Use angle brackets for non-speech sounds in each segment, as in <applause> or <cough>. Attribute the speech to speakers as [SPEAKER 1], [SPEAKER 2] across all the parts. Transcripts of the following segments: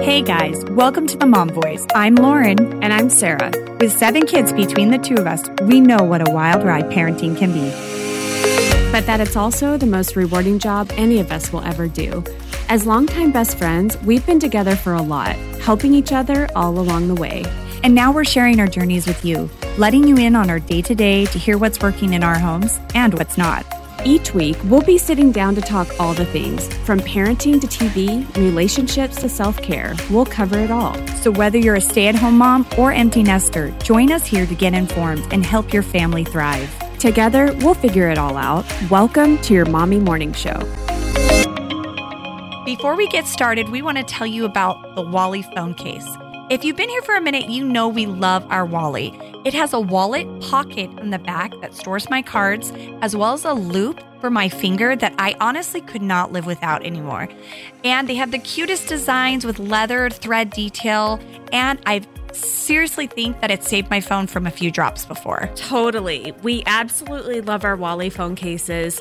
[SPEAKER 1] Hey guys, welcome to the Mom Voice. I'm Lauren.
[SPEAKER 2] And I'm Sarah.
[SPEAKER 1] With seven kids between the two of us, we know what a wild ride parenting can be.
[SPEAKER 2] But that it's also the most rewarding job any of us will ever do. As longtime best friends, we've been together for a lot, helping each other all along the way.
[SPEAKER 1] And now we're sharing our journeys with you, letting you in on our day to day to hear what's working in our homes and what's not.
[SPEAKER 2] Each week, we'll be sitting down to talk all the things from parenting to TV, relationships to self care. We'll cover it all.
[SPEAKER 1] So, whether you're a stay at home mom or empty nester, join us here to get informed and help your family thrive.
[SPEAKER 2] Together, we'll figure it all out. Welcome to your Mommy Morning Show.
[SPEAKER 1] Before we get started, we want to tell you about the Wally phone case. If you've been here for a minute, you know we love our Wally. It has a wallet pocket on the back that stores my cards, as well as a loop for my finger that I honestly could not live without anymore. And they have the cutest designs with leather thread detail, and I seriously think that it saved my phone from a few drops before.
[SPEAKER 2] Totally. We absolutely love our Wally phone cases.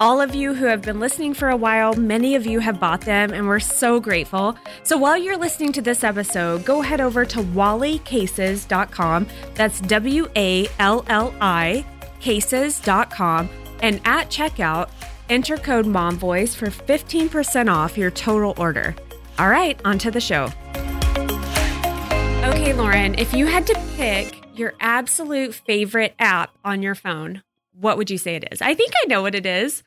[SPEAKER 2] All of you who have been listening for a while, many of you have bought them, and we're so grateful. So while you're listening to this episode, go head over to wallycases.com. That's W A L L I cases.com. And at checkout, enter code MOMVOICE for 15% off your total order. All right, on to the show. Okay, Lauren, if you had to pick your absolute favorite app on your phone, what would you say it is? I think I know what it is,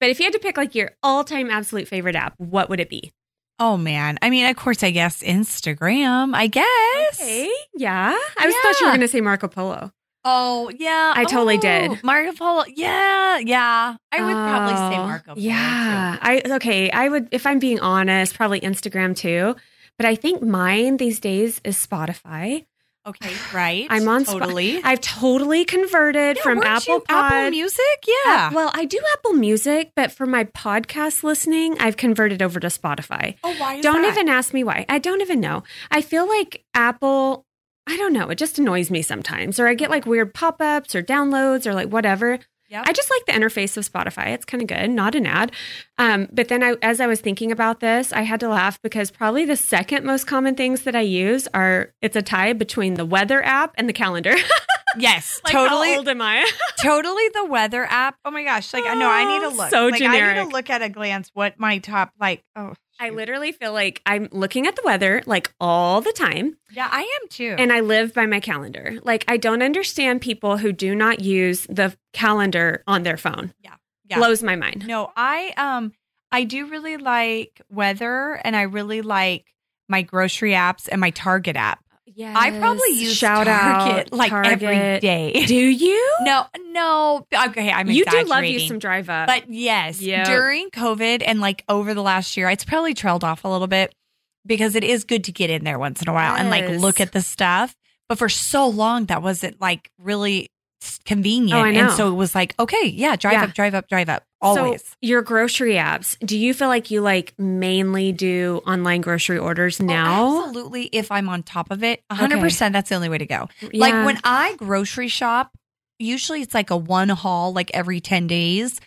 [SPEAKER 2] but if you had to pick like your all time absolute favorite app, what would it be?
[SPEAKER 1] Oh man. I mean, of course, I guess Instagram, I guess.
[SPEAKER 2] Okay, yeah. I was thought you were
[SPEAKER 1] Yeah.
[SPEAKER 2] going to say Marco Polo.
[SPEAKER 1] Oh, yeah.
[SPEAKER 2] I totally did.
[SPEAKER 1] Marco Polo. Yeah. Yeah. I would probably say
[SPEAKER 2] Oh,
[SPEAKER 1] Marco Polo.
[SPEAKER 2] Yeah. I okay, I would if I'm being honest, probably Instagram too. But I think mine these days is Spotify.
[SPEAKER 1] too. Okay. Right.
[SPEAKER 2] <laughs> I'm on Spo-
[SPEAKER 1] totally.
[SPEAKER 2] I've totally converted
[SPEAKER 1] Yeah,
[SPEAKER 2] from
[SPEAKER 1] weren't
[SPEAKER 2] Apple
[SPEAKER 1] you
[SPEAKER 2] Pod. Uh,
[SPEAKER 1] Apple Music. Yeah.
[SPEAKER 2] Well, I do Apple Music, but for my podcast listening, I've converted over to Spotify.
[SPEAKER 1] oh, why? Is
[SPEAKER 2] Don't
[SPEAKER 1] that? <laughs>
[SPEAKER 2] even ask me why. I don't even know. I feel like Apple, I don't know, it just annoys me sometimes, or I get like weird pop ups or downloads or like whatever.
[SPEAKER 1] Yep.
[SPEAKER 2] I just like the interface of Spotify. It's kind of good, not an ad. Um, but then I, as I was thinking about this, I had to laugh because probably the second most common things that I use are it's a tie between the weather app and the calendar. <laughs>
[SPEAKER 1] yes.
[SPEAKER 2] like,
[SPEAKER 1] totally.
[SPEAKER 2] How <laughs> old am I?
[SPEAKER 1] totally the weather app. Oh my gosh. Like I know I
[SPEAKER 2] <laughs>
[SPEAKER 1] need to
[SPEAKER 2] Oh,
[SPEAKER 1] look.
[SPEAKER 2] so
[SPEAKER 1] like, I need to
[SPEAKER 2] generic.
[SPEAKER 1] look at a glance what my top like. Oh,
[SPEAKER 2] I
[SPEAKER 1] shoot.
[SPEAKER 2] literally feel like I'm looking at the weather like all the time.
[SPEAKER 1] yeah, I am too.
[SPEAKER 2] And I live by my calendar. Like I don't understand people who do not use the calendar on their phone.
[SPEAKER 1] Yeah. Yeah.
[SPEAKER 2] Blows my mind.
[SPEAKER 1] No, I um I do really like weather and I really like my grocery apps and my Target app.
[SPEAKER 2] Yeah.
[SPEAKER 1] I probably use Target like every day.
[SPEAKER 2] Do you?
[SPEAKER 1] <laughs> No, no. Okay, I'm
[SPEAKER 2] you do love you
[SPEAKER 1] exaggerating.
[SPEAKER 2] some drive up.
[SPEAKER 1] But yes,
[SPEAKER 2] Yep.
[SPEAKER 1] during COVID and like over the last year, it's probably trailed off a little bit because it is good to get in there once in a while and like
[SPEAKER 2] Yes.
[SPEAKER 1] look at the stuff. But for so long, that wasn't like really s- convenient.
[SPEAKER 2] Oh, I
[SPEAKER 1] And
[SPEAKER 2] know.
[SPEAKER 1] so it was like, okay, yeah, drive
[SPEAKER 2] Yeah.
[SPEAKER 1] up, drive up, drive up. Always.
[SPEAKER 2] So your grocery apps, do you feel like you like mainly do online grocery orders
[SPEAKER 1] Oh,
[SPEAKER 2] now?
[SPEAKER 1] absolutely. If I'm on top of it, 100%, that's the only way to go.
[SPEAKER 2] Yeah.
[SPEAKER 1] Like when I grocery shop, usually it's like a one haul, like every 10 days.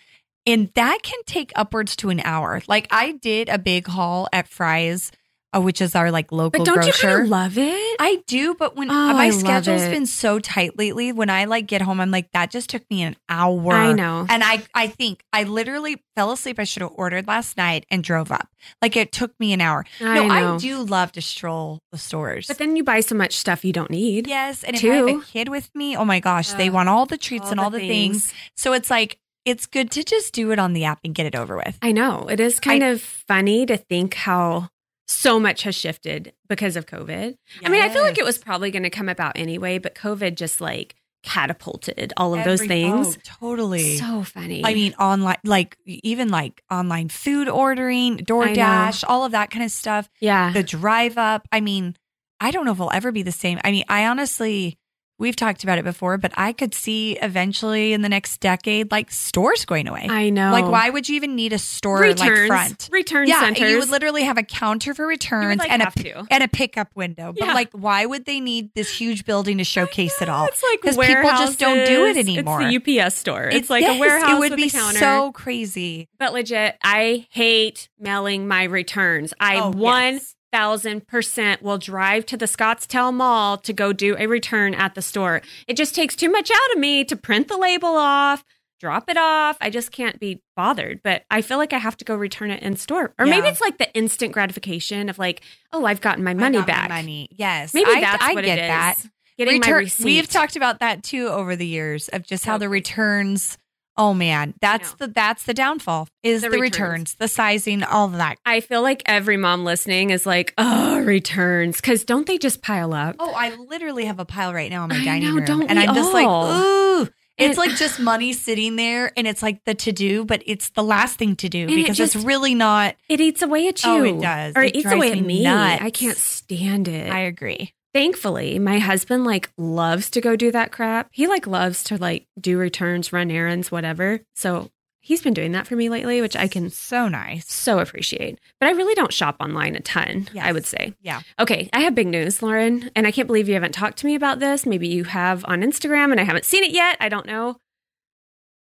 [SPEAKER 1] And that can take upwards to an hour. Like I did a big haul at Fry's, uh, which is our like local
[SPEAKER 2] But don't you
[SPEAKER 1] grocer.
[SPEAKER 2] kind of love it?
[SPEAKER 1] I do, but when
[SPEAKER 2] Oh,
[SPEAKER 1] my
[SPEAKER 2] I love
[SPEAKER 1] schedule's
[SPEAKER 2] it.
[SPEAKER 1] been so tight lately, when I like get home, I'm like, that just took me an hour.
[SPEAKER 2] I know.
[SPEAKER 1] And I, I think I literally fell asleep. I should have ordered last night and drove up. Like it took me an hour.
[SPEAKER 2] I
[SPEAKER 1] no,
[SPEAKER 2] know.
[SPEAKER 1] I do love to stroll the stores.
[SPEAKER 2] But then you buy so much stuff you don't need.
[SPEAKER 1] Yes, and if I have a
[SPEAKER 2] Two.
[SPEAKER 1] kid with me, oh my gosh, they
[SPEAKER 2] Ugh,
[SPEAKER 1] want all the treats and all the things. So it's like it's good to just do it on the app and get it over with.
[SPEAKER 2] I know. It is kind of funny to think how so much has shifted because of COVID. I mean, I feel like it was probably going to come about anyway, but COVID just like catapulted all of those things.
[SPEAKER 1] totally.
[SPEAKER 2] So funny.
[SPEAKER 1] I mean, online, like even like online food ordering, DoorDash, all of that kind of stuff.
[SPEAKER 2] yeah.
[SPEAKER 1] The drive up. I mean, I don't know if it'll ever be the same. I mean, I honestly, we've talked about it before, but I could see eventually in the next decade, like stores going away.
[SPEAKER 2] I know.
[SPEAKER 1] Like, why would you even need a store like
[SPEAKER 2] Returns.
[SPEAKER 1] front?
[SPEAKER 2] Return centers.
[SPEAKER 1] you would literally have a counter for
[SPEAKER 2] You would,
[SPEAKER 1] returns
[SPEAKER 2] like,
[SPEAKER 1] and a
[SPEAKER 2] have to.
[SPEAKER 1] and a pickup window. But
[SPEAKER 2] Yeah.
[SPEAKER 1] like, why would they need this huge building to showcase it all?
[SPEAKER 2] It's like
[SPEAKER 1] 'Cause people just don't do it
[SPEAKER 2] warehouses.
[SPEAKER 1] anymore.
[SPEAKER 2] It's the UPS store.
[SPEAKER 1] It-
[SPEAKER 2] It's, like
[SPEAKER 1] yes,
[SPEAKER 2] a warehouse.
[SPEAKER 1] It would
[SPEAKER 2] with
[SPEAKER 1] be
[SPEAKER 2] a counter.
[SPEAKER 1] so crazy.
[SPEAKER 2] But legit, I hate mailing my returns. I
[SPEAKER 1] Oh,
[SPEAKER 2] one
[SPEAKER 1] yes.
[SPEAKER 2] 1000% will drive to the Scottsdale Mall to go do a return at the store. It just takes too much out of me to print the label off, drop it off. I just can't be bothered, but I feel like I have to go return it in store. Or maybe
[SPEAKER 1] Yeah.
[SPEAKER 2] it's like the instant gratification of like, oh, I've gotten my
[SPEAKER 1] I
[SPEAKER 2] money
[SPEAKER 1] got my
[SPEAKER 2] back.
[SPEAKER 1] money. Yes.
[SPEAKER 2] Maybe
[SPEAKER 1] I,
[SPEAKER 2] that's
[SPEAKER 1] I
[SPEAKER 2] what
[SPEAKER 1] get
[SPEAKER 2] it is.
[SPEAKER 1] that.
[SPEAKER 2] Getting my
[SPEAKER 1] Return-
[SPEAKER 2] receipt.
[SPEAKER 1] We've talked about that too over the years of just how
[SPEAKER 2] So
[SPEAKER 1] the
[SPEAKER 2] crazy.
[SPEAKER 1] returns. Oh man, that's the
[SPEAKER 2] know.
[SPEAKER 1] that's the downfall is
[SPEAKER 2] The
[SPEAKER 1] the,
[SPEAKER 2] returns.
[SPEAKER 1] returns. the sizing, all of that.
[SPEAKER 2] I feel like every mom listening is like, oh, returns. Cause don't they just pile up?
[SPEAKER 1] Oh, I literally have a pile right now in my
[SPEAKER 2] I
[SPEAKER 1] dining
[SPEAKER 2] know,
[SPEAKER 1] room,
[SPEAKER 2] don't
[SPEAKER 1] and
[SPEAKER 2] we
[SPEAKER 1] I'm just
[SPEAKER 2] all?
[SPEAKER 1] like, ooh.
[SPEAKER 2] And-
[SPEAKER 1] It's like just money sitting there, and it's like the to do, but it's the last thing to do
[SPEAKER 2] it
[SPEAKER 1] because it's
[SPEAKER 2] just-
[SPEAKER 1] really not.
[SPEAKER 2] It eats away at you.
[SPEAKER 1] Oh, it does.
[SPEAKER 2] Or it,
[SPEAKER 1] It
[SPEAKER 2] eats
[SPEAKER 1] drives
[SPEAKER 2] away at
[SPEAKER 1] me
[SPEAKER 2] me.
[SPEAKER 1] nuts.
[SPEAKER 2] I can't stand it.
[SPEAKER 1] I agree.
[SPEAKER 2] Thankfully, my husband like loves to go do that crap. He like loves to like do returns, run errands, whatever. So he's been doing that for me lately, which I can
[SPEAKER 1] So nice.
[SPEAKER 2] so appreciate. But I really don't shop online a ton, I
[SPEAKER 1] Yes.
[SPEAKER 2] would say.
[SPEAKER 1] Yeah.
[SPEAKER 2] Okay, I have big news, Lauren, and I can't believe you haven't talked to me about this. Maybe you have on Instagram and I haven't seen it yet. I don't know.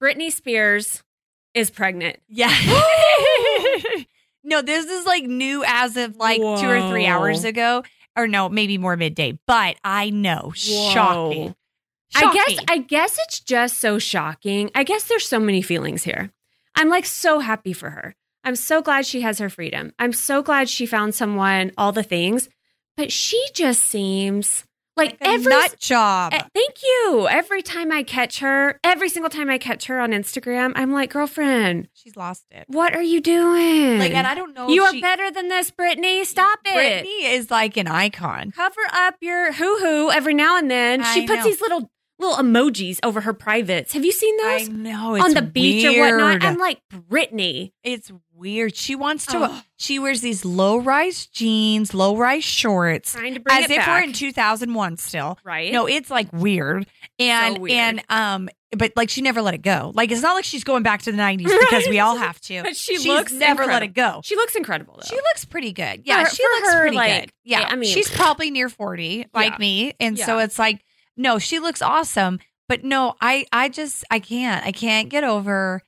[SPEAKER 2] Britney Spears is pregnant. <laughs>
[SPEAKER 1] Yeah. <laughs> no, this is like new as of like two or three
[SPEAKER 2] Whoa.
[SPEAKER 1] hours ago, or no, maybe more midday. But I know, shocking.
[SPEAKER 2] I guess
[SPEAKER 1] Shocking.
[SPEAKER 2] I guess it's just so shocking. I guess there's so many feelings here. I'm like so happy for her. I'm so glad she has her freedom. I'm so glad she found someone, all the things. But she just seems like,
[SPEAKER 1] a
[SPEAKER 2] every
[SPEAKER 1] nut job.
[SPEAKER 2] eh, thank you. Every time I catch her, every single time I catch her on Instagram, I'm like, girlfriend,
[SPEAKER 1] She's lost it.
[SPEAKER 2] what are you doing?
[SPEAKER 1] Like, and I don't know.
[SPEAKER 2] you
[SPEAKER 1] if
[SPEAKER 2] are
[SPEAKER 1] she,
[SPEAKER 2] better than this, Brittany. Stop it
[SPEAKER 1] Britney is like an icon.
[SPEAKER 2] cover up your hoo hoo every now and then. she
[SPEAKER 1] I
[SPEAKER 2] puts
[SPEAKER 1] know.
[SPEAKER 2] these little little emojis over her privates. Have you seen
[SPEAKER 1] I
[SPEAKER 2] those
[SPEAKER 1] know it's
[SPEAKER 2] on the beach or whatnot?
[SPEAKER 1] weird.
[SPEAKER 2] I'm like Brittany.
[SPEAKER 1] it's weird. She wants to.
[SPEAKER 2] Ugh.
[SPEAKER 1] She wears these low rise jeans, low rise shorts,
[SPEAKER 2] Trying to bring
[SPEAKER 1] as
[SPEAKER 2] it
[SPEAKER 1] if
[SPEAKER 2] back.
[SPEAKER 1] we're in 2001 still.
[SPEAKER 2] right?
[SPEAKER 1] No, it's like weird. And
[SPEAKER 2] weird.
[SPEAKER 1] and um but like she never let it go. Like it's not like she's going back to the 90s
[SPEAKER 2] <laughs>
[SPEAKER 1] because we all have to.
[SPEAKER 2] But she
[SPEAKER 1] she's
[SPEAKER 2] looks
[SPEAKER 1] never let it go.
[SPEAKER 2] she looks incredible though.
[SPEAKER 1] She looks pretty good. Yeah,
[SPEAKER 2] For-
[SPEAKER 1] she
[SPEAKER 2] for
[SPEAKER 1] looks
[SPEAKER 2] her,
[SPEAKER 1] pretty
[SPEAKER 2] like,
[SPEAKER 1] good. Yeah.
[SPEAKER 2] I mean-
[SPEAKER 1] she's probably near 40 like
[SPEAKER 2] Yeah.
[SPEAKER 1] me. And so
[SPEAKER 2] Yeah.
[SPEAKER 1] it's like no, she looks awesome, but no, I I just I can't. I can't get over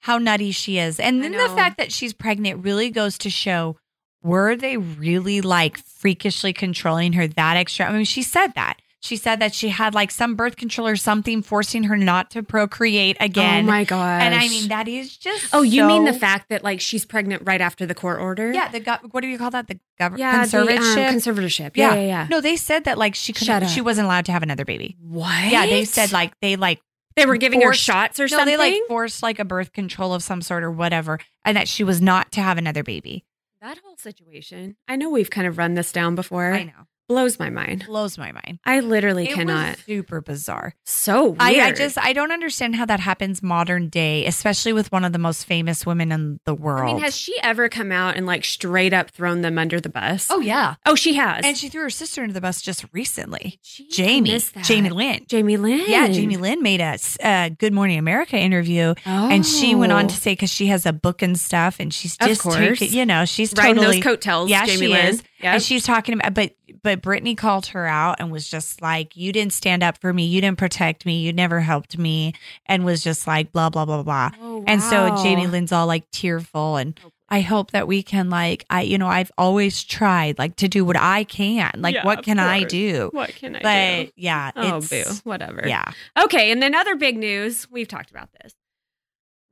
[SPEAKER 1] how nutty she is.
[SPEAKER 2] I
[SPEAKER 1] And then the
[SPEAKER 2] know.
[SPEAKER 1] fact that she's pregnant really goes to show were they really like freakishly controlling her that extra? I mean, she said that. She said that she had like some birth control or something forcing her not to procreate again.
[SPEAKER 2] Oh my god.
[SPEAKER 1] and I mean, that is just.
[SPEAKER 2] Oh, you mean the
[SPEAKER 1] so-
[SPEAKER 2] fact that like she's pregnant right after the court order?
[SPEAKER 1] Yeah, the gov- what do you call that? The government
[SPEAKER 2] Yeah, the, um,
[SPEAKER 1] conservatorship.
[SPEAKER 2] conservatorship. Yeah, yeah,
[SPEAKER 1] Yeah.
[SPEAKER 2] yeah.
[SPEAKER 1] no, they said that like she
[SPEAKER 2] Shut
[SPEAKER 1] couldn't,
[SPEAKER 2] up.
[SPEAKER 1] she wasn't allowed to have another baby.
[SPEAKER 2] What?
[SPEAKER 1] Yeah, they said like they like
[SPEAKER 2] they were giving
[SPEAKER 1] forced-
[SPEAKER 2] her shots or
[SPEAKER 1] no, they
[SPEAKER 2] something.
[SPEAKER 1] like forced like a birth control of some sort or whatever, and that she was not to have another baby.
[SPEAKER 2] that whole situation. I know we've kind of run this down before.
[SPEAKER 1] I know,
[SPEAKER 2] Blows my mind.
[SPEAKER 1] blows my mind.
[SPEAKER 2] I literally
[SPEAKER 1] It
[SPEAKER 2] cannot.
[SPEAKER 1] was super bizarre.
[SPEAKER 2] So weird.
[SPEAKER 1] I, I just I don't understand how that happens modern day, especially with one of the most famous women in the world.
[SPEAKER 2] I mean, has she ever come out and like straight up thrown them under the bus?
[SPEAKER 1] oh yeah,
[SPEAKER 2] oh, she has.
[SPEAKER 1] and she threw her sister into the bus just recently.
[SPEAKER 2] Jeez, I
[SPEAKER 1] Jamie,
[SPEAKER 2] missed that.
[SPEAKER 1] Jamie Lynn.
[SPEAKER 2] Jamie Lynn.
[SPEAKER 1] Yeah, Jamie Lynn made a uh, Good Morning America interview,
[SPEAKER 2] Oh.
[SPEAKER 1] and she went on to say because she has a book and stuff, and she's
[SPEAKER 2] Of
[SPEAKER 1] just
[SPEAKER 2] course.
[SPEAKER 1] taking- you know, she's
[SPEAKER 2] Oh. riding
[SPEAKER 1] totally
[SPEAKER 2] those coattails.
[SPEAKER 1] yeah,
[SPEAKER 2] Jamie
[SPEAKER 1] she
[SPEAKER 2] Lynn.
[SPEAKER 1] is,
[SPEAKER 2] Yeah.
[SPEAKER 1] and she's talking about. But but Brittany called her out and was just like, "You didn't stand up for me. You didn't protect me. You never helped me," and was just like, blah blah blah blah.
[SPEAKER 2] Oh,
[SPEAKER 1] And so
[SPEAKER 2] wow. Oh,
[SPEAKER 1] Jamie Lynn's all like tearful and I hope that we can like I you know I've always tried like to do what I can like
[SPEAKER 2] Yeah,
[SPEAKER 1] what
[SPEAKER 2] of
[SPEAKER 1] can I
[SPEAKER 2] course.
[SPEAKER 1] do
[SPEAKER 2] What can I
[SPEAKER 1] but
[SPEAKER 2] do?
[SPEAKER 1] yeah
[SPEAKER 2] Oh,
[SPEAKER 1] it's
[SPEAKER 2] boo. Whatever.
[SPEAKER 1] yeah
[SPEAKER 2] Okay. And then other big news. We've talked about this.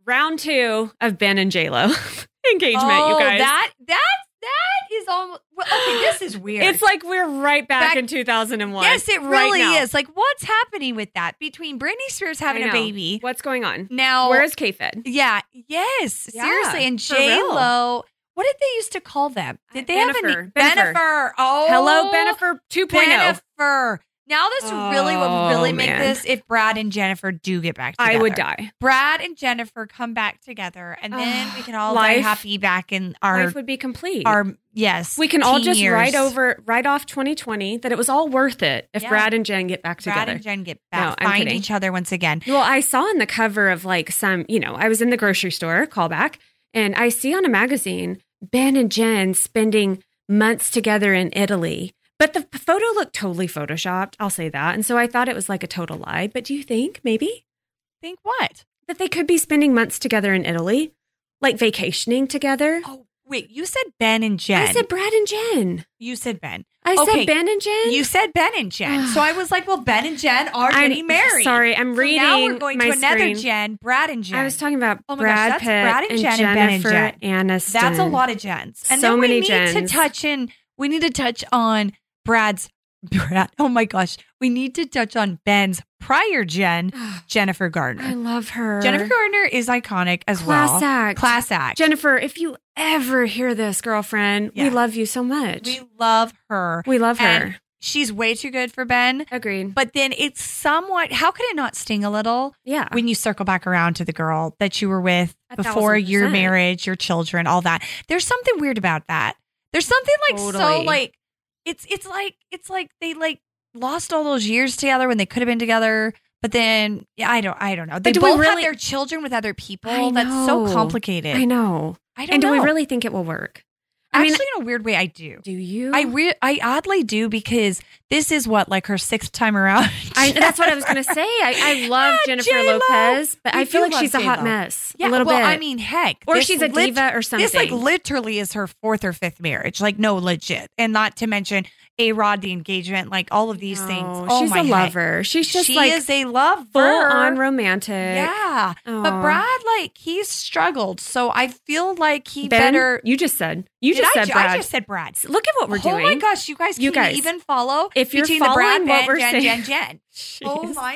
[SPEAKER 2] Round two of Ben and J Lo <laughs> engagement. you
[SPEAKER 1] Oh,
[SPEAKER 2] guys.
[SPEAKER 1] that that that is almost well, okay this
[SPEAKER 2] <gasps>
[SPEAKER 1] is weird
[SPEAKER 2] it's like we're right back,
[SPEAKER 1] Back-
[SPEAKER 2] in 2001.
[SPEAKER 1] yes it
[SPEAKER 2] Right
[SPEAKER 1] really
[SPEAKER 2] now.
[SPEAKER 1] is like what's happening with that between Britney Spears having
[SPEAKER 2] I
[SPEAKER 1] a
[SPEAKER 2] know.
[SPEAKER 1] baby
[SPEAKER 2] What's going on?
[SPEAKER 1] now
[SPEAKER 2] Where is K Fed?
[SPEAKER 1] yeah yes
[SPEAKER 2] Yeah,
[SPEAKER 1] seriously and
[SPEAKER 2] for
[SPEAKER 1] J
[SPEAKER 2] real.
[SPEAKER 1] Lo what did they used to call them did they have any
[SPEAKER 2] Bennifer. Bennifer.
[SPEAKER 1] oh
[SPEAKER 2] Hello, Bennifer 2.0.
[SPEAKER 1] Jennifer. Now this really
[SPEAKER 2] Oh,
[SPEAKER 1] would really make
[SPEAKER 2] man.
[SPEAKER 1] this if Brad and Jennifer do get back together.
[SPEAKER 2] I would die.
[SPEAKER 1] Brad and Jennifer come back together, and then
[SPEAKER 2] <gasps>
[SPEAKER 1] we can all
[SPEAKER 2] Life-
[SPEAKER 1] be happy back in our
[SPEAKER 2] Life would be complete.
[SPEAKER 1] our yes.
[SPEAKER 2] we can all
[SPEAKER 1] teen
[SPEAKER 2] just
[SPEAKER 1] years.
[SPEAKER 2] write over, write off 2020 that it was all worth it if
[SPEAKER 1] Yeah.
[SPEAKER 2] Brad and Jen get back
[SPEAKER 1] Brad
[SPEAKER 2] together.
[SPEAKER 1] and Jen get
[SPEAKER 2] No,
[SPEAKER 1] back,
[SPEAKER 2] I'm
[SPEAKER 1] find
[SPEAKER 2] kidding.
[SPEAKER 1] each other once again.
[SPEAKER 2] well, I saw on the cover of like some, you know, I was in the grocery store, callback, and I see on a magazine Ben and Jen spending months together in Italy. But the photo looked totally photoshopped. I'll say that. And so I thought it was like a total lie. But do you think maybe
[SPEAKER 1] Think what?
[SPEAKER 2] that they could be spending months together in Italy, like vacationing together?
[SPEAKER 1] Oh, Wait, you said Ben and Jen.
[SPEAKER 2] I said Brad and Jen.
[SPEAKER 1] you said Ben.
[SPEAKER 2] I
[SPEAKER 1] Okay,
[SPEAKER 2] said Ben and Jen.
[SPEAKER 1] You said Ben and Jen. so I was like, well, Ben and Jen are
[SPEAKER 2] I'm-
[SPEAKER 1] getting married.
[SPEAKER 2] Sorry, I'm
[SPEAKER 1] So
[SPEAKER 2] reading
[SPEAKER 1] Now we're going
[SPEAKER 2] my
[SPEAKER 1] to another
[SPEAKER 2] screen.
[SPEAKER 1] Jen, Brad and Jen.
[SPEAKER 2] I was talking about
[SPEAKER 1] Oh my gosh,
[SPEAKER 2] Brad
[SPEAKER 1] that's
[SPEAKER 2] Pitt
[SPEAKER 1] Brad and Jen and Ben and
[SPEAKER 2] Jennifer Aniston.
[SPEAKER 1] That's a lot of Jens. And
[SPEAKER 2] So
[SPEAKER 1] then we
[SPEAKER 2] many
[SPEAKER 1] need to
[SPEAKER 2] Jens.
[SPEAKER 1] touch in. We need to touch on Brad's <laughs> Brad. Oh my gosh, we need to touch on Ben's prior Jen,
[SPEAKER 2] <sighs>
[SPEAKER 1] Jennifer
[SPEAKER 2] I
[SPEAKER 1] Gardner.
[SPEAKER 2] love her.
[SPEAKER 1] Jennifer Gardner is iconic as
[SPEAKER 2] Class
[SPEAKER 1] well.
[SPEAKER 2] act.
[SPEAKER 1] Class act.
[SPEAKER 2] Jennifer, if you ever hear this, girlfriend,
[SPEAKER 1] Yeah.
[SPEAKER 2] we love you so much.
[SPEAKER 1] we
[SPEAKER 2] We,
[SPEAKER 1] love her.
[SPEAKER 2] love her.
[SPEAKER 1] And- She's way too good for Ben.
[SPEAKER 2] Agreed.
[SPEAKER 1] But then it's somewhat. How could it not sting a little
[SPEAKER 2] yeah.
[SPEAKER 1] when you circle back around to the girl that you were with
[SPEAKER 2] Ah. A thousand
[SPEAKER 1] before your
[SPEAKER 2] percent.
[SPEAKER 1] marriage, your children, all that. There's something weird about that. There's something like so
[SPEAKER 2] Totally.
[SPEAKER 1] like it's it's like it's like they like lost all those years together when they could have been together. But then yeah, I don't I don't know. They
[SPEAKER 2] do we
[SPEAKER 1] both had
[SPEAKER 2] really-
[SPEAKER 1] their children with other people.
[SPEAKER 2] I
[SPEAKER 1] That's so
[SPEAKER 2] know.
[SPEAKER 1] complicated.
[SPEAKER 2] I know.
[SPEAKER 1] I don't
[SPEAKER 2] And do
[SPEAKER 1] know.
[SPEAKER 2] we really think it will work? I
[SPEAKER 1] Actually,
[SPEAKER 2] mean-
[SPEAKER 1] in a weird way, I do.
[SPEAKER 2] Do you?
[SPEAKER 1] I re- I oddly do because this is what like her sixth time around.
[SPEAKER 2] I-
[SPEAKER 1] <laughs>
[SPEAKER 2] that's what I was going to say. I, I love
[SPEAKER 1] Ah,
[SPEAKER 2] Jennifer
[SPEAKER 1] J-Lo.
[SPEAKER 2] Lopez, but
[SPEAKER 1] We
[SPEAKER 2] I feel
[SPEAKER 1] do
[SPEAKER 2] like
[SPEAKER 1] love
[SPEAKER 2] she's a hot
[SPEAKER 1] J-Lo.
[SPEAKER 2] mess.
[SPEAKER 1] Yeah,
[SPEAKER 2] a little
[SPEAKER 1] well,
[SPEAKER 2] bit.
[SPEAKER 1] I mean, heck,
[SPEAKER 2] or
[SPEAKER 1] this
[SPEAKER 2] she's a
[SPEAKER 1] lit-
[SPEAKER 2] diva or something.
[SPEAKER 1] This like literally is her fourth or fifth marriage. Like no, legit, and not to mention a Rod, the engagement, like all of these things.
[SPEAKER 2] No,
[SPEAKER 1] Oh
[SPEAKER 2] she's
[SPEAKER 1] my
[SPEAKER 2] a
[SPEAKER 1] heck.
[SPEAKER 2] lover. She's just
[SPEAKER 1] she
[SPEAKER 2] like
[SPEAKER 1] is a lover.
[SPEAKER 2] full on romantic.
[SPEAKER 1] yeah, but
[SPEAKER 2] Aw.
[SPEAKER 1] Brad, like he's struggled, so I feel like he
[SPEAKER 2] Ben,
[SPEAKER 1] better.
[SPEAKER 2] You just said. You
[SPEAKER 1] Did
[SPEAKER 2] just
[SPEAKER 1] I
[SPEAKER 2] said
[SPEAKER 1] ju-
[SPEAKER 2] Brad.
[SPEAKER 1] I just said Brad.
[SPEAKER 2] Look at what we're
[SPEAKER 1] oh
[SPEAKER 2] doing.
[SPEAKER 1] my gosh, you guys,
[SPEAKER 2] You
[SPEAKER 1] can
[SPEAKER 2] guys.
[SPEAKER 1] even follow
[SPEAKER 2] If you're
[SPEAKER 1] between the Brad,
[SPEAKER 2] following what
[SPEAKER 1] Ben,
[SPEAKER 2] we're
[SPEAKER 1] Jen,
[SPEAKER 2] saying.
[SPEAKER 1] Jen, Jen.
[SPEAKER 2] <laughs>
[SPEAKER 1] Oh
[SPEAKER 2] Jeez.
[SPEAKER 1] my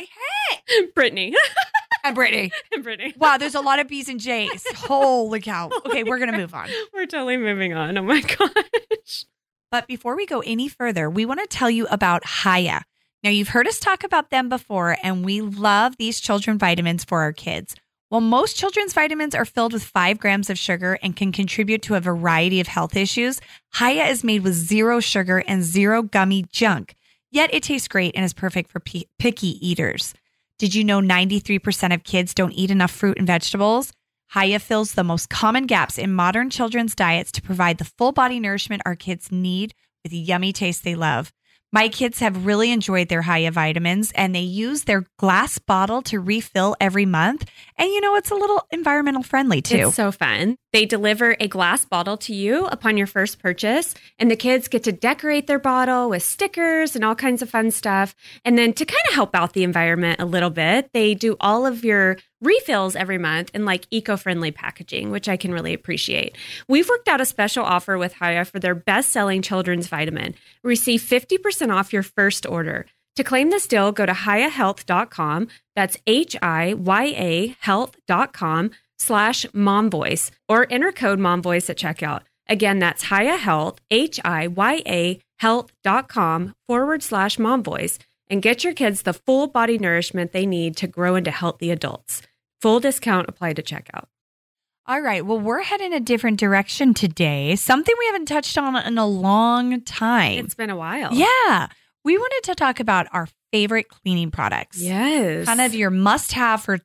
[SPEAKER 1] heck,
[SPEAKER 2] Brittany. <laughs>
[SPEAKER 1] and Brittany.
[SPEAKER 2] Brittany.
[SPEAKER 1] Wow, there's a lot of B's and J's. Holy cow. Okay, we're going to move on.
[SPEAKER 2] We're totally moving on. Oh my <laughs> gosh.
[SPEAKER 1] But before we go any further, we want to tell you about Haya. Now, you've heard us talk about them before, and we love these children vitamins for our kids. While most children's vitamins are filled with five grams of sugar and can contribute to a variety of health issues, Haya is made with zero sugar and zero gummy junk. Yet it tastes great and is perfect for p- picky eaters. Did you know 93% of kids don't eat enough fruit and vegetables? Haya fills the most common gaps in modern children's diets to provide the full body nourishment our kids need with yummy taste they love. My kids have really enjoyed their Haya vitamins and they use their glass bottle to refill every month. And you know, it's a little environmental friendly too.
[SPEAKER 2] It's so fun. They deliver a glass bottle to you upon your first purchase, and the kids get to decorate their bottle with stickers and all kinds of fun stuff. And then to kind of help out the environment a little bit, they do all of your refills every month in like eco friendly packaging, which I can really appreciate. We've worked out a special offer with Haya for their best selling children's vitamin. Receive 50% off your first order. To claim this deal, go to hayahealth.com. That's H I Y A health.com slash momvoice or enter code momvoice at checkout. Again, that's Haya Health, H I Y A health.com forward slash momvoice and get your kids the full body nourishment they need to grow into healthy adults. Full discount applied to checkout.
[SPEAKER 1] All right. Well, we're heading a different direction today. Something we haven't touched on in a long time.
[SPEAKER 2] It's been a while.
[SPEAKER 1] yeah. We wanted to talk about our favorite cleaning products.
[SPEAKER 2] Yes.
[SPEAKER 1] Kind of your must have for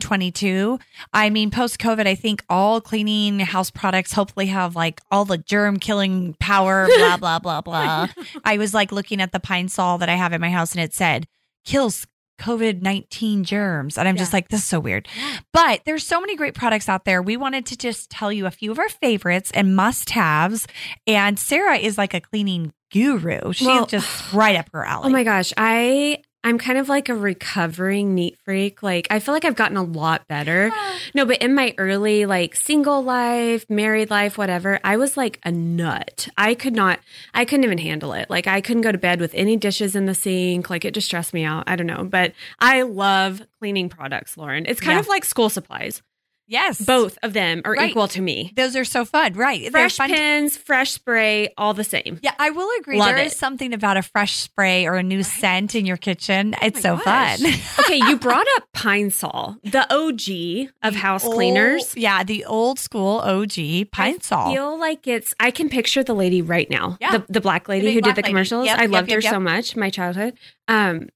[SPEAKER 1] 2022. I mean, post COVID, I think all cleaning house products hopefully have like all the germ killing
[SPEAKER 2] <laughs>
[SPEAKER 1] power, blah, blah, blah, blah. I was like looking at the pine saw that I have in my house and it said kills COVID 19 germs. And I'm just
[SPEAKER 2] Yeah.
[SPEAKER 1] like, this is so weird. But there's so many great products out there. We wanted to just tell you a few of our favorites and must haves. And Sarah is like a cleaning guru. She's
[SPEAKER 2] Well,
[SPEAKER 1] just right up her alley.
[SPEAKER 2] Oh my gosh, I I'm kind of like a recovering neat freak. Like I feel like I've gotten a lot better. No, but in my early like single life, married life, whatever, I was like a nut. I could not I couldn't even handle it. Like I couldn't go to bed with any dishes in the sink. Like it just stressed me out. I don't know, but I love cleaning products, Lauren. It's kind
[SPEAKER 1] Yeah.
[SPEAKER 2] of like school supplies.
[SPEAKER 1] Yes.
[SPEAKER 2] Both of them are
[SPEAKER 1] Right.
[SPEAKER 2] equal to me.
[SPEAKER 1] Those are so fun, right? They're
[SPEAKER 2] Fresh
[SPEAKER 1] fun to-
[SPEAKER 2] pins, fresh spray, all the same.
[SPEAKER 1] yeah, I will agree.
[SPEAKER 2] Love
[SPEAKER 1] There is
[SPEAKER 2] it.
[SPEAKER 1] something about a fresh spray or a new scent in your kitchen. It's so
[SPEAKER 2] Oh my
[SPEAKER 1] fun.
[SPEAKER 2] gosh. <laughs> okay, you brought up Pine Sol, the OG of house
[SPEAKER 1] <laughs>
[SPEAKER 2] cleaners.
[SPEAKER 1] Old- yeah, the old school OG pine
[SPEAKER 2] I
[SPEAKER 1] sol.
[SPEAKER 2] feel like it's. I can picture the lady right now.
[SPEAKER 1] Yeah.
[SPEAKER 2] The, the black lady
[SPEAKER 1] big
[SPEAKER 2] who
[SPEAKER 1] black
[SPEAKER 2] did the
[SPEAKER 1] lady.
[SPEAKER 2] commercials.
[SPEAKER 1] Yep,
[SPEAKER 2] I
[SPEAKER 1] yep,
[SPEAKER 2] loved
[SPEAKER 1] yep,
[SPEAKER 2] her
[SPEAKER 1] yep.
[SPEAKER 2] so much. My childhood. Um,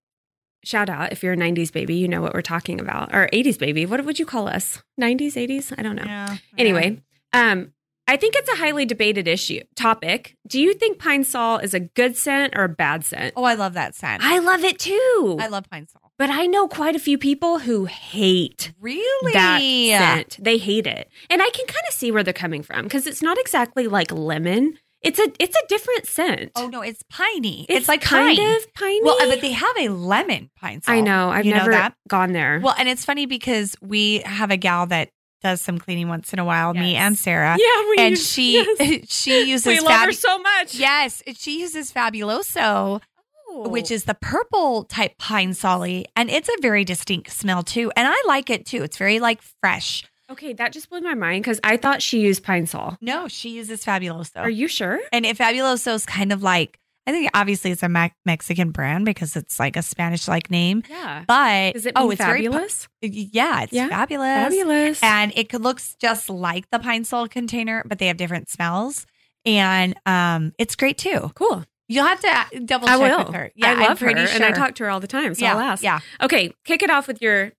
[SPEAKER 2] shout out if you're a '90s baby, you know what we're talking about, or '80s baby. What would you call us? '90s, '80s? I don't know.
[SPEAKER 1] Yeah, yeah.
[SPEAKER 2] Anyway, um, I think it's a highly debated issue topic. Do you think Pine Sol is a good scent or a bad scent?
[SPEAKER 1] Oh, I love that scent.
[SPEAKER 2] I love it too.
[SPEAKER 1] Oh, I love pine sol.
[SPEAKER 2] But I know quite a few people who hate
[SPEAKER 1] Really?
[SPEAKER 2] that scent. They hate it. And I can kind of see where they're coming from because it's not exactly like lemon. It's a it's a different scent.
[SPEAKER 1] Oh no, it's piney. It's,
[SPEAKER 2] it's,
[SPEAKER 1] like
[SPEAKER 2] kind
[SPEAKER 1] pine.
[SPEAKER 2] of piney.
[SPEAKER 1] Well, uh, but they have a lemon pine salt.
[SPEAKER 2] I know. I've
[SPEAKER 1] You
[SPEAKER 2] never
[SPEAKER 1] know that.
[SPEAKER 2] gone there.
[SPEAKER 1] Well, and it's funny because we have a gal that does some cleaning once in a while, me
[SPEAKER 2] Yes.
[SPEAKER 1] and Sarah.
[SPEAKER 2] yeah, we
[SPEAKER 1] and she
[SPEAKER 2] <laughs> yes.
[SPEAKER 1] <laughs> she uses
[SPEAKER 2] we love her
[SPEAKER 1] fabu-
[SPEAKER 2] so much. Oh,
[SPEAKER 1] Yes, she uses Fabuloso, which is the purple type pine solly, and it's a very distinct smell too. And I like it too. It's very like fresh.
[SPEAKER 2] okay. That just blew my mind because I thought she used pine sol.
[SPEAKER 1] No, she uses Fabuloso.
[SPEAKER 2] Are you sure?
[SPEAKER 1] And if Fabuloso is kind of like, I think obviously it's a Mac- Mexican brand because it's like a Spanish like name,
[SPEAKER 2] Yeah.
[SPEAKER 1] but
[SPEAKER 2] Is it
[SPEAKER 1] oh,
[SPEAKER 2] mean
[SPEAKER 1] it's very pu-
[SPEAKER 2] fabulous?
[SPEAKER 1] yeah, it's
[SPEAKER 2] Yeah.
[SPEAKER 1] fabulous.
[SPEAKER 2] fabulous.
[SPEAKER 1] And it could- looks just like the pine sol container, but they have different smells. And um, it's great too.
[SPEAKER 2] cool.
[SPEAKER 1] You'll have to uh, double
[SPEAKER 2] I
[SPEAKER 1] check
[SPEAKER 2] will.
[SPEAKER 1] with her.
[SPEAKER 2] I
[SPEAKER 1] I'm
[SPEAKER 2] love her,
[SPEAKER 1] pretty
[SPEAKER 2] and I
[SPEAKER 1] sure.
[SPEAKER 2] talk to her all the time, so
[SPEAKER 1] yeah,
[SPEAKER 2] I'll ask.
[SPEAKER 1] Yeah.
[SPEAKER 2] Okay, kick it off with your,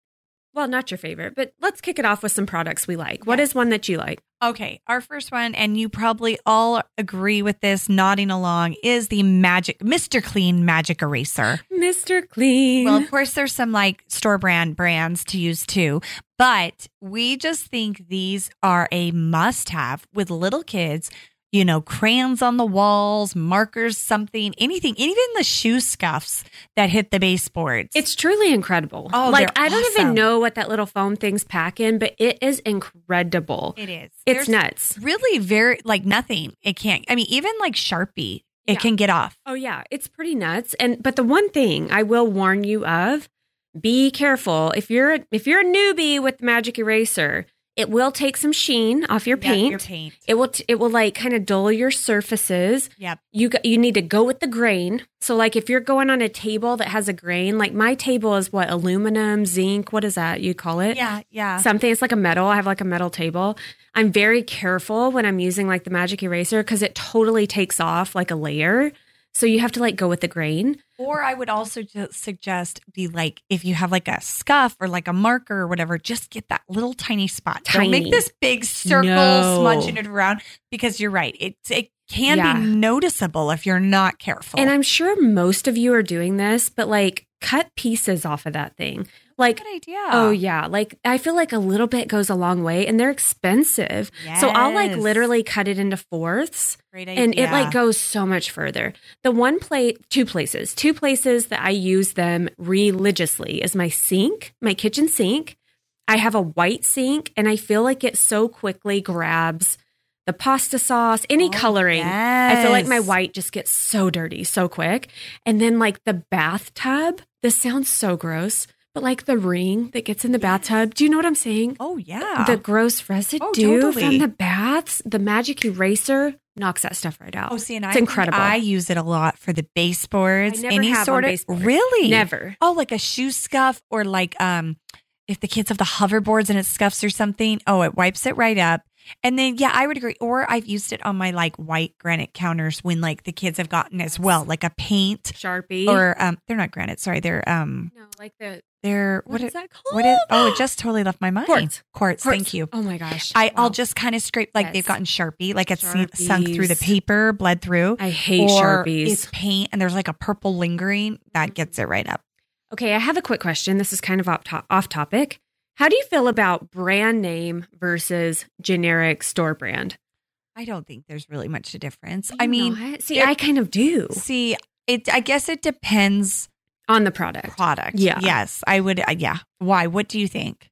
[SPEAKER 2] well, not your favorite, but let's kick it off with some products we like. What is one that you like?
[SPEAKER 1] Okay, our first one, and you probably all agree with this, nodding along, is the magic Mr. Clean Magic Eraser.
[SPEAKER 2] Mr. Clean.
[SPEAKER 1] Well, of course, there's some like store brand brands to use too, but we just think these are a must have with little kids. You know, crayons on the walls, markers, something, anything, even the shoe scuffs that hit the baseboards.
[SPEAKER 2] it's truly incredible.
[SPEAKER 1] Oh,
[SPEAKER 2] like
[SPEAKER 1] they're
[SPEAKER 2] I don't
[SPEAKER 1] awesome.
[SPEAKER 2] even know what that little foam thing's pack in, but it is incredible.
[SPEAKER 1] it is.
[SPEAKER 2] It's
[SPEAKER 1] There's
[SPEAKER 2] nuts.
[SPEAKER 1] really very like nothing. It can't. I mean, even like Sharpie, it
[SPEAKER 2] Yeah.
[SPEAKER 1] can get off.
[SPEAKER 2] Oh yeah, it's pretty nuts. And but the one thing I will warn you of, be careful. If you're a, if you're a newbie with the magic eraser, it will take some sheen off your
[SPEAKER 1] Yeah,
[SPEAKER 2] paint.
[SPEAKER 1] Your paint.
[SPEAKER 2] It will t- it will like kind of dull your surfaces.
[SPEAKER 1] Yep.
[SPEAKER 2] You g- you need to go with the grain. So like if you're going on a table that has a grain, like my table is what aluminum, zinc, what is that you call it?
[SPEAKER 1] Yeah, yeah.
[SPEAKER 2] Something it's like a metal. I have like a metal table. I'm very careful when I'm using like the magic eraser cuz it totally takes off like a layer. So you have to like go with the grain.
[SPEAKER 1] Or I would also just suggest be like if you have like a scuff or like a marker or whatever, just get that little tiny spot. Don't make
[SPEAKER 2] Tiny.
[SPEAKER 1] this big circle
[SPEAKER 2] No.
[SPEAKER 1] smudging it around because you're right. It it can be
[SPEAKER 2] Yeah.
[SPEAKER 1] noticeable if you're not careful.
[SPEAKER 2] And I'm sure most of you are doing this, but like cut pieces off of that thing. Like
[SPEAKER 1] good idea.
[SPEAKER 2] Oh yeah, like I feel like a little bit goes a long way, and they're expensive. So I'll like
[SPEAKER 1] Yes.
[SPEAKER 2] literally cut it into fourths,
[SPEAKER 1] Great idea.
[SPEAKER 2] and it like goes so much further. The one place, two places, two places that I use them religiously is my sink, my kitchen sink. I have a white sink, and I feel like it so quickly grabs the pasta sauce, any
[SPEAKER 1] Oh,
[SPEAKER 2] coloring. I feel like my
[SPEAKER 1] yes.
[SPEAKER 2] white just gets so dirty so quick. And then like the bathtub, this sounds so gross, but like the ring that gets in the bathtub. Do you know what I'm saying?
[SPEAKER 1] Oh yeah. Oh,
[SPEAKER 2] The gross residue
[SPEAKER 1] totally.
[SPEAKER 2] from the baths, the magic eraser knocks that stuff right out.
[SPEAKER 1] oh see and I
[SPEAKER 2] it's
[SPEAKER 1] think
[SPEAKER 2] incredible.
[SPEAKER 1] I use it a lot for the baseboards.
[SPEAKER 2] I never
[SPEAKER 1] any
[SPEAKER 2] have on
[SPEAKER 1] sort of
[SPEAKER 2] baseboards.
[SPEAKER 1] really
[SPEAKER 2] Never.
[SPEAKER 1] Oh, like a shoe scuff or like um if the kids have the hoverboards and it scuffs or something, oh, it wipes it right up. And then yeah, I would agree. Or I've used it on my like white granite counters when like the kids have gotten as well, like a paint
[SPEAKER 2] Sharpie.
[SPEAKER 1] or um they're not granite, sorry, they're um
[SPEAKER 2] no, like the
[SPEAKER 1] they're
[SPEAKER 2] what
[SPEAKER 1] what,
[SPEAKER 2] is
[SPEAKER 1] it-
[SPEAKER 2] that called?
[SPEAKER 1] what is oh
[SPEAKER 2] <gasps>
[SPEAKER 1] it just totally left my mind.
[SPEAKER 2] Quartz.
[SPEAKER 1] Quartz,
[SPEAKER 2] Quartz.
[SPEAKER 1] thank you.
[SPEAKER 2] Oh my gosh.
[SPEAKER 1] I, I'll
[SPEAKER 2] Wow.
[SPEAKER 1] just kind of scrape like they've
[SPEAKER 2] Yes.
[SPEAKER 1] gotten Sharpie, like it's seen- sunk through the
[SPEAKER 2] Sharpies.
[SPEAKER 1] paper, bled through.
[SPEAKER 2] I hate
[SPEAKER 1] or
[SPEAKER 2] Sharpies.
[SPEAKER 1] It's paint and there's like a purple lingering that gets it right up.
[SPEAKER 2] Okay, I have a quick question. This is kind of off, to- off topic. How do you feel about brand name versus generic store brand?
[SPEAKER 1] I don't think there's really much a difference. I mean,
[SPEAKER 2] What? see,
[SPEAKER 1] it-
[SPEAKER 2] I kind of do
[SPEAKER 1] See, it. I guess it depends
[SPEAKER 2] on the product.
[SPEAKER 1] product.
[SPEAKER 2] Yeah.
[SPEAKER 1] Yes, I would. Uh, yeah. Why? What do you think?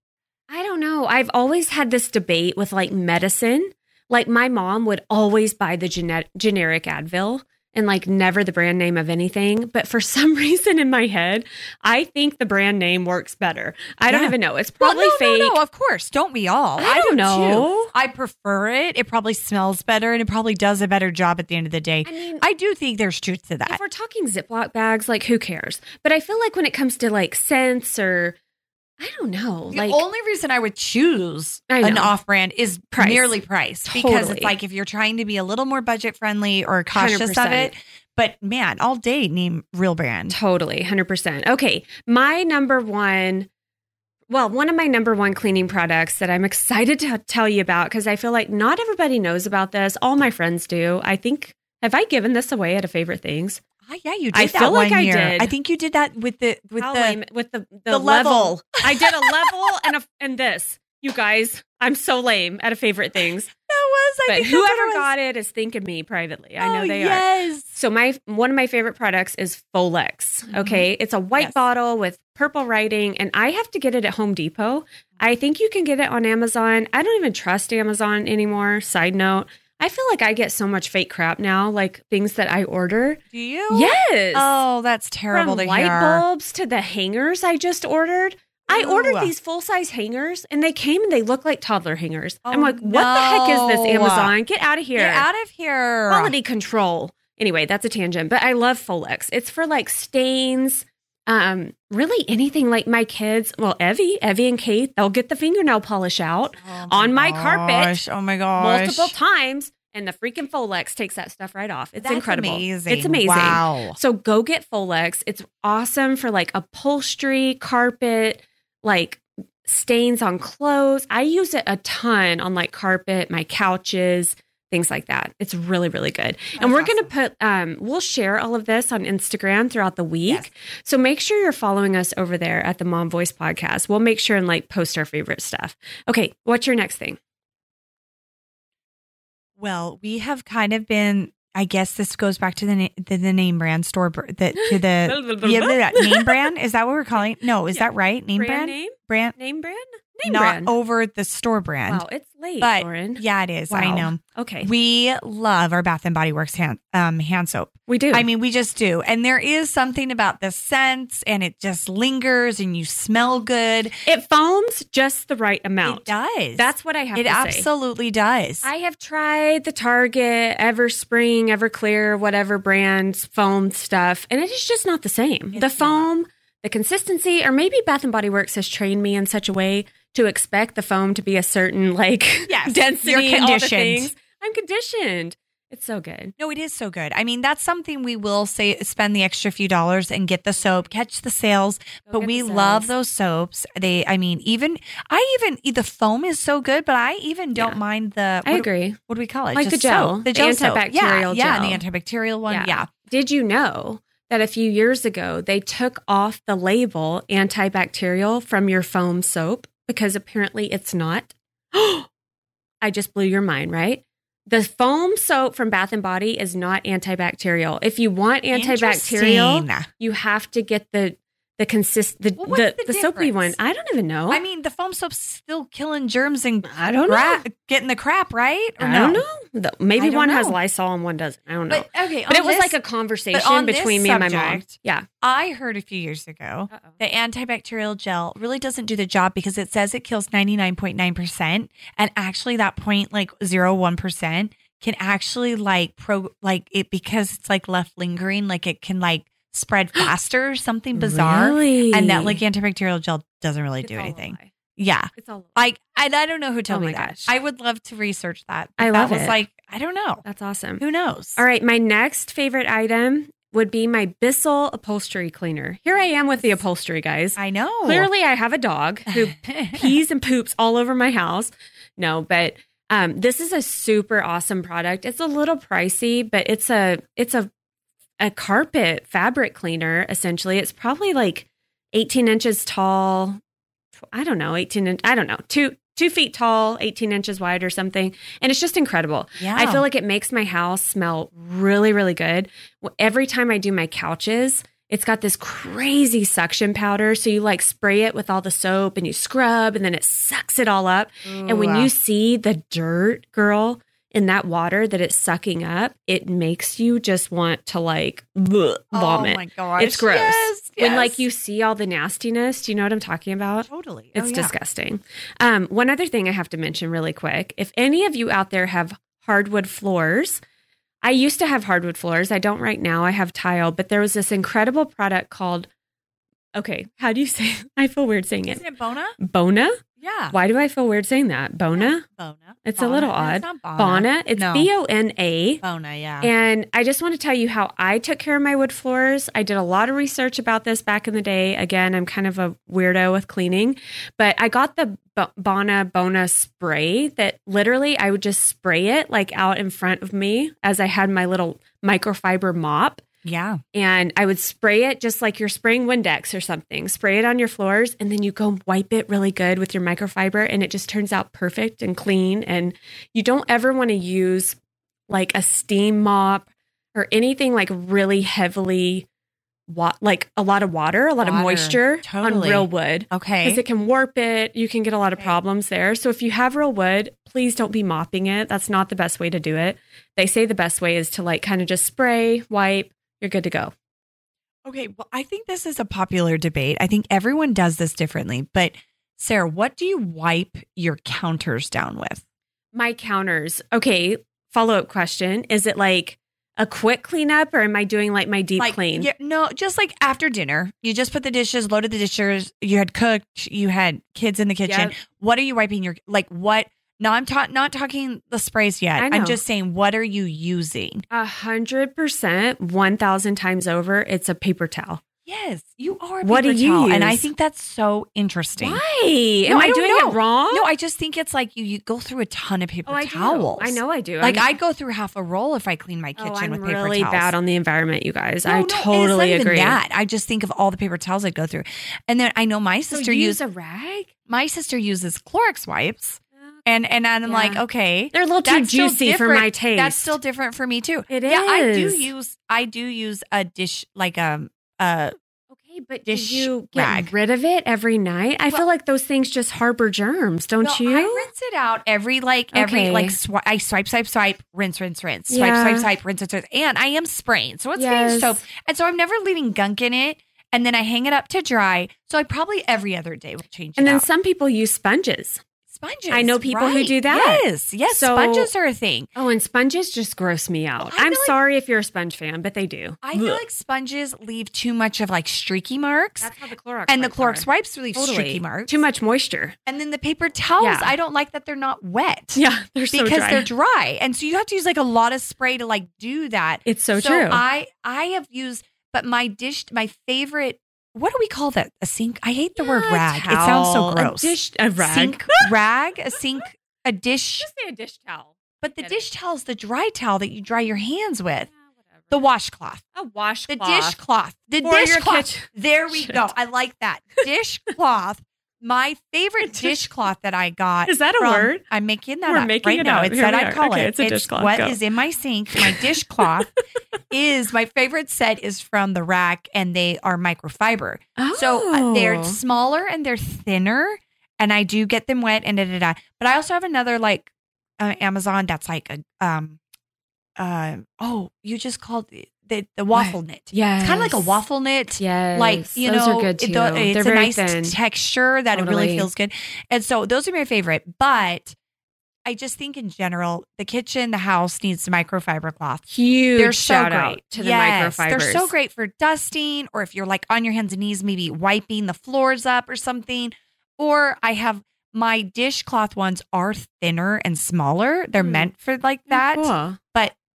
[SPEAKER 2] I don't know. I've always had this debate with like medicine. Like my mom would always buy the gene- generic Advil and like never the brand name of anything. But for <laughs> some reason in my head, I think the brand name works better. I don't
[SPEAKER 1] Yeah.
[SPEAKER 2] even know. It's probably
[SPEAKER 1] well, no,
[SPEAKER 2] fake.
[SPEAKER 1] No, no, of course. Don't we all?
[SPEAKER 2] I don't know.
[SPEAKER 1] too. I prefer it. It probably smells better, and it probably does a better job at the end of the day.
[SPEAKER 2] I mean,
[SPEAKER 1] I do think there's truth to that.
[SPEAKER 2] if we're talking Ziploc bags, like who cares? But I feel like when it comes to like scents or I don't know,
[SPEAKER 1] The
[SPEAKER 2] like
[SPEAKER 1] only reason I would choose
[SPEAKER 2] I
[SPEAKER 1] an
[SPEAKER 2] know.
[SPEAKER 1] off-brand is
[SPEAKER 2] Price.
[SPEAKER 1] merely price because
[SPEAKER 2] Totally.
[SPEAKER 1] it's like if you're trying to be a little more budget-friendly or cautious of
[SPEAKER 2] 100%.
[SPEAKER 1] it. But man, all day name real brand.
[SPEAKER 2] totally 100%. Okay, my number one well, one of my number one cleaning products that I'm excited to tell you about because I feel like not everybody knows about this. All my friends do. I think have I given this away at a favorite things?
[SPEAKER 1] Ah, yeah, you did
[SPEAKER 2] I
[SPEAKER 1] that
[SPEAKER 2] feel like
[SPEAKER 1] one
[SPEAKER 2] I
[SPEAKER 1] year.
[SPEAKER 2] did.
[SPEAKER 1] I think you did that with the with
[SPEAKER 2] How
[SPEAKER 1] the
[SPEAKER 2] lame- with the, the,
[SPEAKER 1] the level. <laughs>
[SPEAKER 2] I did a level and a and this. You guys, I'm so lame at a favorite things.
[SPEAKER 1] that was. <laughs> I
[SPEAKER 2] But
[SPEAKER 1] think that's what
[SPEAKER 2] whoever
[SPEAKER 1] it was.
[SPEAKER 2] got it is thinking me privately. I know
[SPEAKER 1] Oh,
[SPEAKER 2] they are.
[SPEAKER 1] yes.
[SPEAKER 2] So my one of my favorite products is Folex.
[SPEAKER 1] Mhm.
[SPEAKER 2] Okay, it's a white
[SPEAKER 1] Yes.
[SPEAKER 2] bottle with purple writing, and I have to get it at Home Depot. I think you can get it on Amazon. I don't even trust Amazon anymore. Side note, I feel like I get so much fake crap now, like things that I order.
[SPEAKER 1] Do you?
[SPEAKER 2] Yes,
[SPEAKER 1] Oh, that's terrible
[SPEAKER 2] from
[SPEAKER 1] to
[SPEAKER 2] light
[SPEAKER 1] hear.
[SPEAKER 2] bulbs to the hangers I just ordered. I ordered
[SPEAKER 1] Ooh.
[SPEAKER 2] these full size hangers, and they came and they look like toddler hangers. I'm
[SPEAKER 1] Oh,
[SPEAKER 2] like, what the heck is this
[SPEAKER 1] no.
[SPEAKER 2] Amazon? Get out of here!
[SPEAKER 1] Get out of here.
[SPEAKER 2] quality control. Anyway, that's a tangent, but I love Folex. It's for like stains, um, really anything like my kids, well, Evie, Evie and Kate, they'll get the fingernail polish out
[SPEAKER 1] Oh
[SPEAKER 2] on my carpet
[SPEAKER 1] gosh. Oh my gosh.
[SPEAKER 2] multiple times, and the freaking Folex takes that stuff right off. It's
[SPEAKER 1] That's
[SPEAKER 2] incredible.
[SPEAKER 1] Amazing.
[SPEAKER 2] It's amazing.
[SPEAKER 1] Wow.
[SPEAKER 2] So go get Folex. It's awesome for like upholstery, carpet, like stains on clothes. I use it a ton on like carpet, my couches, things like that. It's really, really good. and
[SPEAKER 1] That's
[SPEAKER 2] we're going
[SPEAKER 1] awesome.
[SPEAKER 2] to put, um, we'll share all of this on Instagram throughout the week.
[SPEAKER 1] Yes.
[SPEAKER 2] So make sure you're following us over there at the Mom Voice Podcast. We'll make sure and like post our favorite stuff. Okay. What's your next thing?
[SPEAKER 1] Well, we have kind of been. I guess this goes back to the na- the, the name brand store br- the, to the
[SPEAKER 2] <laughs>
[SPEAKER 1] yeah, blah, blah, name brand. Is that what we're calling? it? No, is
[SPEAKER 2] Yeah.
[SPEAKER 1] that right? Name brand,
[SPEAKER 2] name?
[SPEAKER 1] brand,
[SPEAKER 2] Name brand? Name
[SPEAKER 1] not
[SPEAKER 2] brand.
[SPEAKER 1] over the store brand.
[SPEAKER 2] wow, it's late,
[SPEAKER 1] but-
[SPEAKER 2] Lauren.
[SPEAKER 1] Yeah, it is.
[SPEAKER 2] Wow.
[SPEAKER 1] I know.
[SPEAKER 2] Okay.
[SPEAKER 1] We love our Bath and Body Works hand um, hand soap.
[SPEAKER 2] We do.
[SPEAKER 1] I mean, we just do. And there is something about the scents, and it just lingers, and you smell good.
[SPEAKER 2] it foams just the right
[SPEAKER 1] It
[SPEAKER 2] amount.
[SPEAKER 1] does.
[SPEAKER 2] That's what I have
[SPEAKER 1] it
[SPEAKER 2] to say.
[SPEAKER 1] absolutely does.
[SPEAKER 2] I have tried the Target EverSpring, EverClear, whatever brands foam stuff, and it is just not the same.
[SPEAKER 1] It's
[SPEAKER 2] the
[SPEAKER 1] not.
[SPEAKER 2] foam, the consistency, or maybe Bath and Body Works has trained me in such a way to expect the foam to be a certain like <laughs>
[SPEAKER 1] Yes,
[SPEAKER 2] density.
[SPEAKER 1] you're
[SPEAKER 2] all the
[SPEAKER 1] conditioned.
[SPEAKER 2] things. I'm conditioned. It's so good.
[SPEAKER 1] No, it is so good. I mean, that's something we will say spend the extra few dollars and get the soap, catch the sales.
[SPEAKER 2] Go
[SPEAKER 1] but
[SPEAKER 2] get
[SPEAKER 1] we
[SPEAKER 2] the
[SPEAKER 1] love
[SPEAKER 2] sales.
[SPEAKER 1] those soaps. They, I mean, even I even the foam is so good, but I even don't
[SPEAKER 2] Yeah.
[SPEAKER 1] mind the.
[SPEAKER 2] I
[SPEAKER 1] what-
[SPEAKER 2] agree.
[SPEAKER 1] What do we call it?
[SPEAKER 2] Like the
[SPEAKER 1] Just
[SPEAKER 2] gel,
[SPEAKER 1] soap. the
[SPEAKER 2] the
[SPEAKER 1] gel soap.
[SPEAKER 2] antibacterial
[SPEAKER 1] yeah,
[SPEAKER 2] gel.
[SPEAKER 1] yeah, and the antibacterial one,
[SPEAKER 2] Yeah.
[SPEAKER 1] yeah.
[SPEAKER 2] Did you know that a few years ago they took off the label antibacterial from your foam soap because apparently it's not? <gasps> I just blew your mind, right? The foam soap from Bath and Body is not antibacterial. If you want antibacterial,
[SPEAKER 1] Interesting.
[SPEAKER 2] you have to get the the consist the
[SPEAKER 1] Well, what's
[SPEAKER 2] the,
[SPEAKER 1] the
[SPEAKER 2] the, soapy one.
[SPEAKER 1] difference?
[SPEAKER 2] I don't even know.
[SPEAKER 1] I mean, the foam soap's still killing germs and
[SPEAKER 2] Oh. I don't
[SPEAKER 1] gra- getting the crap right. Or
[SPEAKER 2] I
[SPEAKER 1] no?
[SPEAKER 2] don't know. The- Maybe
[SPEAKER 1] I don't
[SPEAKER 2] one has
[SPEAKER 1] know.
[SPEAKER 2] Lysol and one doesn't. I don't know.
[SPEAKER 1] But okay,
[SPEAKER 2] But, it was like
[SPEAKER 1] a.
[SPEAKER 2] a conversation
[SPEAKER 1] on this
[SPEAKER 2] between me and my mom.
[SPEAKER 1] subject-
[SPEAKER 2] Yeah.
[SPEAKER 1] I heard a few years ago The antibacterial gel really doesn't do the job because it says it kills 99.9% and actually that point like 0.1% can actually like pro like it because it's like left lingering like it can like
[SPEAKER 2] <gasps>
[SPEAKER 1] spread faster or something bizarre
[SPEAKER 2] Really?
[SPEAKER 1] and that like antibacterial gel doesn't really
[SPEAKER 2] It's
[SPEAKER 1] do
[SPEAKER 2] all a
[SPEAKER 1] anything. Uh,
[SPEAKER 2] lie.
[SPEAKER 1] Yeah.
[SPEAKER 2] It's all. a lie.
[SPEAKER 1] Like I, I don't know who told
[SPEAKER 2] Oh my
[SPEAKER 1] me that.
[SPEAKER 2] gosh.
[SPEAKER 1] I would love to research that.
[SPEAKER 2] I
[SPEAKER 1] but
[SPEAKER 2] love
[SPEAKER 1] that was
[SPEAKER 2] it.
[SPEAKER 1] like I don't know.
[SPEAKER 2] That's awesome.
[SPEAKER 1] Who knows?
[SPEAKER 2] All right, my next favorite item would be my Bissell upholstery cleaner. Here I am with the upholstery guys.
[SPEAKER 1] I know.
[SPEAKER 2] Clearly, I have a dog who
[SPEAKER 1] <sighs>
[SPEAKER 2] <laughs>
[SPEAKER 1] <laughs>
[SPEAKER 2] pees and poops all over my house. No, but um, this is a super awesome product. It's a little pricey, but it's a it's a a carpet fabric cleaner essentially. It's probably like eighteen inches tall. tw- I don't know, eighteen. In, I don't know, two two feet tall, eighteen inches wide, or something. And it's just incredible.
[SPEAKER 1] yeah.
[SPEAKER 2] I feel like it makes my house smell really, really good. Wh- Every time I do my couches, it's got this crazy suction powder. So you like spray it with all the soap and you scrub and then it sucks it all up. And when you see the dirt, girl, in that water that it's sucking up, it makes you just want to like bleh, vomit.
[SPEAKER 1] Oh my gosh.
[SPEAKER 2] It's gross.
[SPEAKER 1] Yes,
[SPEAKER 2] When like
[SPEAKER 1] yes.
[SPEAKER 2] you see all the nastiness, do you know what I'm talking about?
[SPEAKER 1] Totally.
[SPEAKER 2] It's
[SPEAKER 1] oh, yeah.
[SPEAKER 2] disgusting. Um, one other thing I have to mention really quick if any of you out there have hardwood floors, I used to have hardwood floors. I don't right now. I have tile, but there was this incredible product called, okay, how do you say <laughs> I feel weird saying it.
[SPEAKER 1] Isn't it Bona?
[SPEAKER 2] Bona?
[SPEAKER 1] Yeah.
[SPEAKER 2] Why do I feel weird saying that? Bona?
[SPEAKER 1] Bona.
[SPEAKER 2] It's a little
[SPEAKER 1] No,
[SPEAKER 2] odd.
[SPEAKER 1] it's not Bona.
[SPEAKER 2] Bona? It's
[SPEAKER 1] No.
[SPEAKER 2] B O N A.
[SPEAKER 1] Bona, yeah.
[SPEAKER 2] And I just want to tell you how I took care of my wood floors. I did a lot of research about this back in the day. Again, I'm kind of a weirdo with cleaning, but I got the B- Bona Bona spray that literally I would just spray it like out in front of me as I had my little microfiber mop.
[SPEAKER 1] Yeah.
[SPEAKER 2] and I would spray it just like you're spraying Windex or something. Spray it on your floors and then you go wipe it really good with your microfiber and it just turns out perfect and clean. And you don't ever want to use like a steam mop or anything like really heavily, wa- like a lot of water, a lot of
[SPEAKER 1] Water.
[SPEAKER 2] moisture on
[SPEAKER 1] Totally.
[SPEAKER 2] real wood because
[SPEAKER 1] Okay.
[SPEAKER 2] it can warp it. You can get a lot of
[SPEAKER 1] Okay.
[SPEAKER 2] problems there. So if you have real wood, please don't be mopping it. That's not the best way to do it. They say the best way is to like kind of just spray, wipe, you're good to go.
[SPEAKER 1] Okay. Well, I think this is a popular debate. I think everyone does this differently. But Sarah, what do you wipe your counters down with?
[SPEAKER 2] My counters. Okay, follow-up question. Is it like a quick cleanup or am I doing like my deep
[SPEAKER 1] like,
[SPEAKER 2] clean?
[SPEAKER 1] yeah, no, just like after dinner, you just put the dishes, loaded the dishes. You had cooked. You had kids in the kitchen.
[SPEAKER 2] Yep.
[SPEAKER 1] What are you wiping your like? What? No, I'm ta- not talking the sprays yet.
[SPEAKER 2] I
[SPEAKER 1] I'm
[SPEAKER 2] know.
[SPEAKER 1] just saying, what are you using?
[SPEAKER 2] A hundred percent, one thousand times over, it's a paper towel.
[SPEAKER 1] Yes, you are. A
[SPEAKER 2] What do
[SPEAKER 1] paper
[SPEAKER 2] you
[SPEAKER 1] towel, And I
[SPEAKER 2] use?
[SPEAKER 1] think that's so interesting.
[SPEAKER 2] Why?
[SPEAKER 1] No,
[SPEAKER 2] Am
[SPEAKER 1] I
[SPEAKER 2] I,
[SPEAKER 1] don't
[SPEAKER 2] doing
[SPEAKER 1] know.
[SPEAKER 2] it wrong?
[SPEAKER 1] No, I just think it's like you, you go through a ton of paper
[SPEAKER 2] oh, I do.
[SPEAKER 1] towels.
[SPEAKER 2] I know I do.
[SPEAKER 1] Like
[SPEAKER 2] I'm-
[SPEAKER 1] I go through half a roll if I clean my kitchen
[SPEAKER 2] oh, I'm
[SPEAKER 1] with paper
[SPEAKER 2] really
[SPEAKER 1] towels.
[SPEAKER 2] bad on the environment, you guys.
[SPEAKER 1] No,
[SPEAKER 2] I
[SPEAKER 1] no, and it's not
[SPEAKER 2] totally
[SPEAKER 1] even
[SPEAKER 2] agree.
[SPEAKER 1] that. I just think of all the paper towels I go through, and then I know my sister
[SPEAKER 2] so
[SPEAKER 1] uses
[SPEAKER 2] use a rag.
[SPEAKER 1] my sister uses Clorox wipes, and and I'm
[SPEAKER 2] Yeah.
[SPEAKER 1] like, okay,
[SPEAKER 2] They're a little too
[SPEAKER 1] that's still
[SPEAKER 2] juicy for
[SPEAKER 1] different.
[SPEAKER 2] my taste.
[SPEAKER 1] That's still different for me too.
[SPEAKER 2] It
[SPEAKER 1] yeah, I do
[SPEAKER 2] is.
[SPEAKER 1] use I do use a dish like um uh
[SPEAKER 2] okay, but do
[SPEAKER 1] dish
[SPEAKER 2] you get
[SPEAKER 1] rag.
[SPEAKER 2] rid of it every night? I
[SPEAKER 1] Well-
[SPEAKER 2] feel like those things just harbor germs, don't
[SPEAKER 1] well,
[SPEAKER 2] you?
[SPEAKER 1] I rinse it out every like every
[SPEAKER 2] Okay.
[SPEAKER 1] like swi- I swipe swipe swipe rinse rinse rinse swipe
[SPEAKER 2] Yeah.
[SPEAKER 1] swipe swipe rinse rinse rinse and I am spraying so it's getting
[SPEAKER 2] Yes.
[SPEAKER 1] soap and so I'm never leaving gunk in it and then I hang it up to dry so I probably every other day will change
[SPEAKER 2] and
[SPEAKER 1] it
[SPEAKER 2] then
[SPEAKER 1] out.
[SPEAKER 2] some people use sponges.
[SPEAKER 1] sponges
[SPEAKER 2] I know people who do that.
[SPEAKER 1] yes yes
[SPEAKER 2] So-
[SPEAKER 1] sponges are a thing
[SPEAKER 2] Oh, and sponges just gross me out.
[SPEAKER 1] I feel
[SPEAKER 2] I'm
[SPEAKER 1] like-
[SPEAKER 2] sorry if you're a sponge fan, but they do.
[SPEAKER 1] I feel like sponges leave too much of like streaky marks.
[SPEAKER 2] That's how the Clorox
[SPEAKER 1] and the
[SPEAKER 2] wipes are.
[SPEAKER 1] Clorox wipes leave
[SPEAKER 2] Totally.
[SPEAKER 1] streaky marks.
[SPEAKER 2] Too much moisture. <laughs>
[SPEAKER 1] And then the paper towels,
[SPEAKER 2] Yeah.
[SPEAKER 1] I don't like that they're not wet.
[SPEAKER 2] Yeah, they're so
[SPEAKER 1] Because
[SPEAKER 2] dry.
[SPEAKER 1] they're dry. And so you have to use like a lot of spray to like do that.
[SPEAKER 2] it's so, true.
[SPEAKER 1] I I have used but my dish my favorite what do we call that? A sink? I hate the word
[SPEAKER 2] Yeah, a
[SPEAKER 1] rag. It sounds so
[SPEAKER 2] towel,
[SPEAKER 1] gross.
[SPEAKER 2] A dish, a rag. <laughs>
[SPEAKER 1] Sink rag, a sink, a dish.
[SPEAKER 2] Just say a dish towel.
[SPEAKER 1] But the
[SPEAKER 2] Get it.
[SPEAKER 1] dish towel is the dry towel that you dry your hands
[SPEAKER 2] Yeah,
[SPEAKER 1] with.
[SPEAKER 2] whatever.
[SPEAKER 1] The washcloth.
[SPEAKER 2] a washcloth.
[SPEAKER 1] The dishcloth. The
[SPEAKER 2] For your
[SPEAKER 1] dishcloth.
[SPEAKER 2] kitchen.
[SPEAKER 1] There we
[SPEAKER 2] Shit.
[SPEAKER 1] go. I like
[SPEAKER 2] <laughs>
[SPEAKER 1] that. Dishcloth. My favorite
[SPEAKER 2] Dish-
[SPEAKER 1] dishcloth that I got.
[SPEAKER 2] Is that a
[SPEAKER 1] from-
[SPEAKER 2] word?
[SPEAKER 1] I'm making that
[SPEAKER 2] We're
[SPEAKER 1] up
[SPEAKER 2] making
[SPEAKER 1] right
[SPEAKER 2] it
[SPEAKER 1] now.
[SPEAKER 2] up.
[SPEAKER 1] It's
[SPEAKER 2] Here
[SPEAKER 1] that
[SPEAKER 2] we
[SPEAKER 1] I
[SPEAKER 2] are.
[SPEAKER 1] call
[SPEAKER 2] Okay,
[SPEAKER 1] it.
[SPEAKER 2] it's a dishcloth.
[SPEAKER 1] what
[SPEAKER 2] Go.
[SPEAKER 1] is in my sink.
[SPEAKER 2] <laughs>
[SPEAKER 1] My dishcloth is my favorite set is from the rack, and they are microfiber. So uh, they're
[SPEAKER 2] Oh.
[SPEAKER 1] smaller and they're thinner, and I do get them wet and da da da. But I also have another like uh, Amazon that's like a um uh oh you just called the the, the waffle knit.
[SPEAKER 2] Yeah,
[SPEAKER 1] It's kind of like a waffle knit.
[SPEAKER 2] Yes,
[SPEAKER 1] Like you
[SPEAKER 2] those
[SPEAKER 1] know,
[SPEAKER 2] are good
[SPEAKER 1] it-
[SPEAKER 2] too.
[SPEAKER 1] the- it's
[SPEAKER 2] They're
[SPEAKER 1] a
[SPEAKER 2] very
[SPEAKER 1] nice
[SPEAKER 2] thin.
[SPEAKER 1] texture that it really
[SPEAKER 2] Totally.
[SPEAKER 1] feels good, and so those are my favorite. But I just think in general, the kitchen, the house needs microfiber cloth.
[SPEAKER 2] Huge
[SPEAKER 1] They're so
[SPEAKER 2] shout
[SPEAKER 1] great
[SPEAKER 2] out to the
[SPEAKER 1] Yes,
[SPEAKER 2] microfibers.
[SPEAKER 1] They're so great for dusting, or if you're like on your hands and knees, maybe wiping the floors up or something. Or I have my dishcloth ones are thinner and smaller. They're
[SPEAKER 2] Hmm.
[SPEAKER 1] meant for like that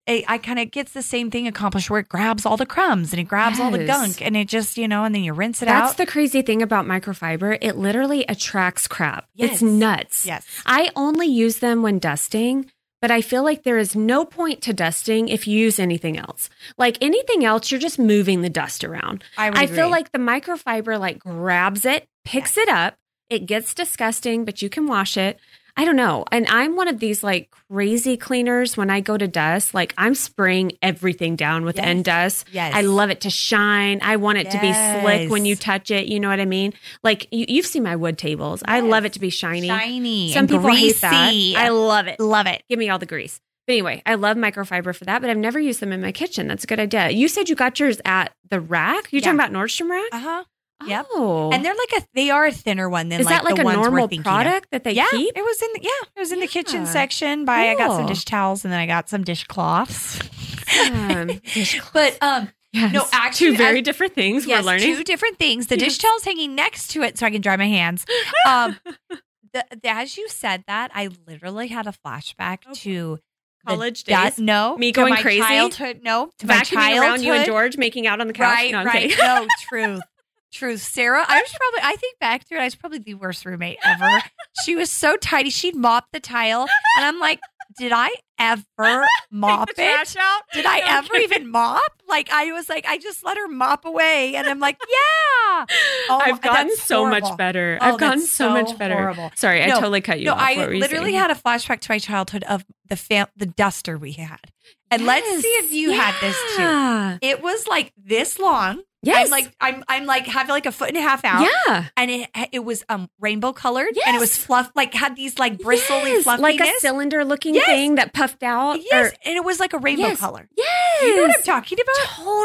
[SPEAKER 1] it, I kind of gets the same thing accomplished where it grabs all the crumbs and it grabs all the
[SPEAKER 2] Yes.
[SPEAKER 1] gunk and it just, you know, and then you rinse it
[SPEAKER 2] That's
[SPEAKER 1] out.
[SPEAKER 2] the crazy thing about microfiber. It literally attracts crap.
[SPEAKER 1] Yes.
[SPEAKER 2] It's nuts.
[SPEAKER 1] yes.
[SPEAKER 2] I only use them when dusting, but I feel like there is no point to dusting if you use anything else. Like anything else, you're just moving the dust around.
[SPEAKER 1] I, would
[SPEAKER 2] I
[SPEAKER 1] agree.
[SPEAKER 2] feel like the microfiber like grabs it, picks it up. It gets disgusting, but you can wash it. I don't know. And I'm one of these like crazy cleaners when I go to dust, like I'm spraying everything down with
[SPEAKER 1] Yes.
[SPEAKER 2] end dust.
[SPEAKER 1] yes.
[SPEAKER 2] I love it to shine. I want it to be slick when you
[SPEAKER 1] Yes.
[SPEAKER 2] touch it. You know what I mean? Like you, you've seen my wood tables. I love
[SPEAKER 1] Yes.
[SPEAKER 2] it to be shiny.
[SPEAKER 1] Shiny.
[SPEAKER 2] Some
[SPEAKER 1] and
[SPEAKER 2] people hate that.
[SPEAKER 1] greasy.
[SPEAKER 2] I love it.
[SPEAKER 1] love it.
[SPEAKER 2] Give me all the grease. But anyway, I love microfiber for that, but I've never used them in my kitchen. That's a good idea. You said you got yours at the rack. You're talking
[SPEAKER 1] Yeah.
[SPEAKER 2] about Nordstrom Rack?
[SPEAKER 1] Uh huh. Yep.
[SPEAKER 2] Oh.
[SPEAKER 1] And they're like a, they are a thinner one than
[SPEAKER 2] Uh-huh. is
[SPEAKER 1] like
[SPEAKER 2] that like
[SPEAKER 1] the
[SPEAKER 2] a
[SPEAKER 1] ones we're
[SPEAKER 2] normal
[SPEAKER 1] thinking of.
[SPEAKER 2] product that they
[SPEAKER 1] yeah,
[SPEAKER 2] keep? <laughs>
[SPEAKER 1] it was in the, yeah, it was in the kitchen
[SPEAKER 2] Yeah.
[SPEAKER 1] section. By I got some
[SPEAKER 2] Cool.
[SPEAKER 1] dish towels and then I got some
[SPEAKER 2] <laughs>
[SPEAKER 1] dishcloths.
[SPEAKER 2] Um,
[SPEAKER 1] but um,
[SPEAKER 2] yes.
[SPEAKER 1] No, actually,
[SPEAKER 2] two very
[SPEAKER 1] I-
[SPEAKER 2] different things
[SPEAKER 1] yes,
[SPEAKER 2] we're learning.
[SPEAKER 1] two different things. The dish towel's hanging next to it so I can dry my hands.
[SPEAKER 2] <laughs>
[SPEAKER 1] Um, the, the- as you said that, I literally had a flashback
[SPEAKER 2] Oh,
[SPEAKER 1] to the
[SPEAKER 2] College
[SPEAKER 1] du-
[SPEAKER 2] days.
[SPEAKER 1] no,
[SPEAKER 2] Me
[SPEAKER 1] to
[SPEAKER 2] going
[SPEAKER 1] my
[SPEAKER 2] crazy?
[SPEAKER 1] Childhood, no, to my
[SPEAKER 2] Vacuuming around you
[SPEAKER 1] childhood.
[SPEAKER 2] and George making out on the couch.
[SPEAKER 1] Right,
[SPEAKER 2] No, I'm
[SPEAKER 1] right. <laughs>
[SPEAKER 2] kidding.
[SPEAKER 1] No, truth, truth. Sarah, I was probably. I think back to it. I was probably the worst roommate ever. She was so tidy. She'd mop the tile, and I'm like, did I
[SPEAKER 2] <laughs>
[SPEAKER 1] ever mop
[SPEAKER 2] the
[SPEAKER 1] it?
[SPEAKER 2] trash out.
[SPEAKER 1] Did I
[SPEAKER 2] <laughs> No, I'm
[SPEAKER 1] ever even mop? Like I was like, I just let her mop away, and I'm like, <laughs> yeah. Oh,
[SPEAKER 2] I've gotten
[SPEAKER 1] that's
[SPEAKER 2] so
[SPEAKER 1] horrible.
[SPEAKER 2] much better.
[SPEAKER 1] Oh,
[SPEAKER 2] I've gotten
[SPEAKER 1] that's
[SPEAKER 2] so, much better.
[SPEAKER 1] Horrible.
[SPEAKER 2] Sorry, I
[SPEAKER 1] No,
[SPEAKER 2] totally cut you
[SPEAKER 1] no,
[SPEAKER 2] off.
[SPEAKER 1] I
[SPEAKER 2] What were you
[SPEAKER 1] literally
[SPEAKER 2] saying?
[SPEAKER 1] had a flashback to my childhood of the fam- the duster we had, and let's see if you had this too.
[SPEAKER 2] Yeah.
[SPEAKER 1] It was like this long.
[SPEAKER 2] Yes.
[SPEAKER 1] I'm like I'm I'm like have like a foot and a half out,
[SPEAKER 2] yeah.
[SPEAKER 1] and it it was um rainbow colored, and it was
[SPEAKER 2] Yes.
[SPEAKER 1] fluff like had these like bristly
[SPEAKER 2] Yes,
[SPEAKER 1] fluffiness.
[SPEAKER 2] Like a cylinder looking
[SPEAKER 1] Yes.
[SPEAKER 2] thing that puffed out.
[SPEAKER 1] yes,
[SPEAKER 2] or-
[SPEAKER 1] and it was like a rainbow
[SPEAKER 2] Yes.
[SPEAKER 1] color.
[SPEAKER 2] yes.
[SPEAKER 1] You know what I'm talking about?
[SPEAKER 2] totally.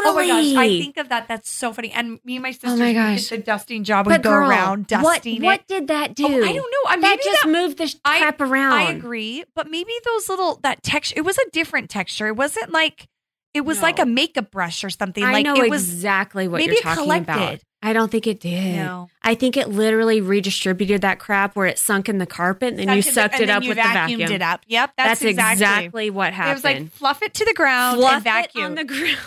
[SPEAKER 1] <gasps> Oh my gosh, I think of that. That's so funny. And me and my sister
[SPEAKER 2] Oh my
[SPEAKER 1] did
[SPEAKER 2] gosh.
[SPEAKER 1] the dusting job. We go
[SPEAKER 2] girl,
[SPEAKER 1] around dusting it.
[SPEAKER 2] what, What did that do?
[SPEAKER 1] Oh, I don't know. I mean,
[SPEAKER 2] that just
[SPEAKER 1] that,
[SPEAKER 2] moved the sh-
[SPEAKER 1] I-
[SPEAKER 2] crap around.
[SPEAKER 1] I agree, but maybe those little that texture. It was a different texture. It wasn't like it was
[SPEAKER 2] No.
[SPEAKER 1] like a makeup brush or something.
[SPEAKER 2] I
[SPEAKER 1] like
[SPEAKER 2] know
[SPEAKER 1] it was.
[SPEAKER 2] exactly what
[SPEAKER 1] maybe
[SPEAKER 2] you're
[SPEAKER 1] it
[SPEAKER 2] talking about.
[SPEAKER 1] collected.
[SPEAKER 2] I don't think it did.
[SPEAKER 1] No.
[SPEAKER 2] I think it literally redistributed that crap where it sunk in the carpet and then you
[SPEAKER 1] Sucked it-
[SPEAKER 2] sucked
[SPEAKER 1] and
[SPEAKER 2] it
[SPEAKER 1] then
[SPEAKER 2] up
[SPEAKER 1] you
[SPEAKER 2] with the
[SPEAKER 1] vacuumed
[SPEAKER 2] vacuum.
[SPEAKER 1] It up. Yep,
[SPEAKER 2] That's,
[SPEAKER 1] that's,
[SPEAKER 2] exactly,
[SPEAKER 1] exactly.
[SPEAKER 2] what
[SPEAKER 1] It was
[SPEAKER 2] happened.
[SPEAKER 1] like fluff it to the ground and
[SPEAKER 2] Fluff
[SPEAKER 1] vacuum.
[SPEAKER 2] it on the <laughs> ground.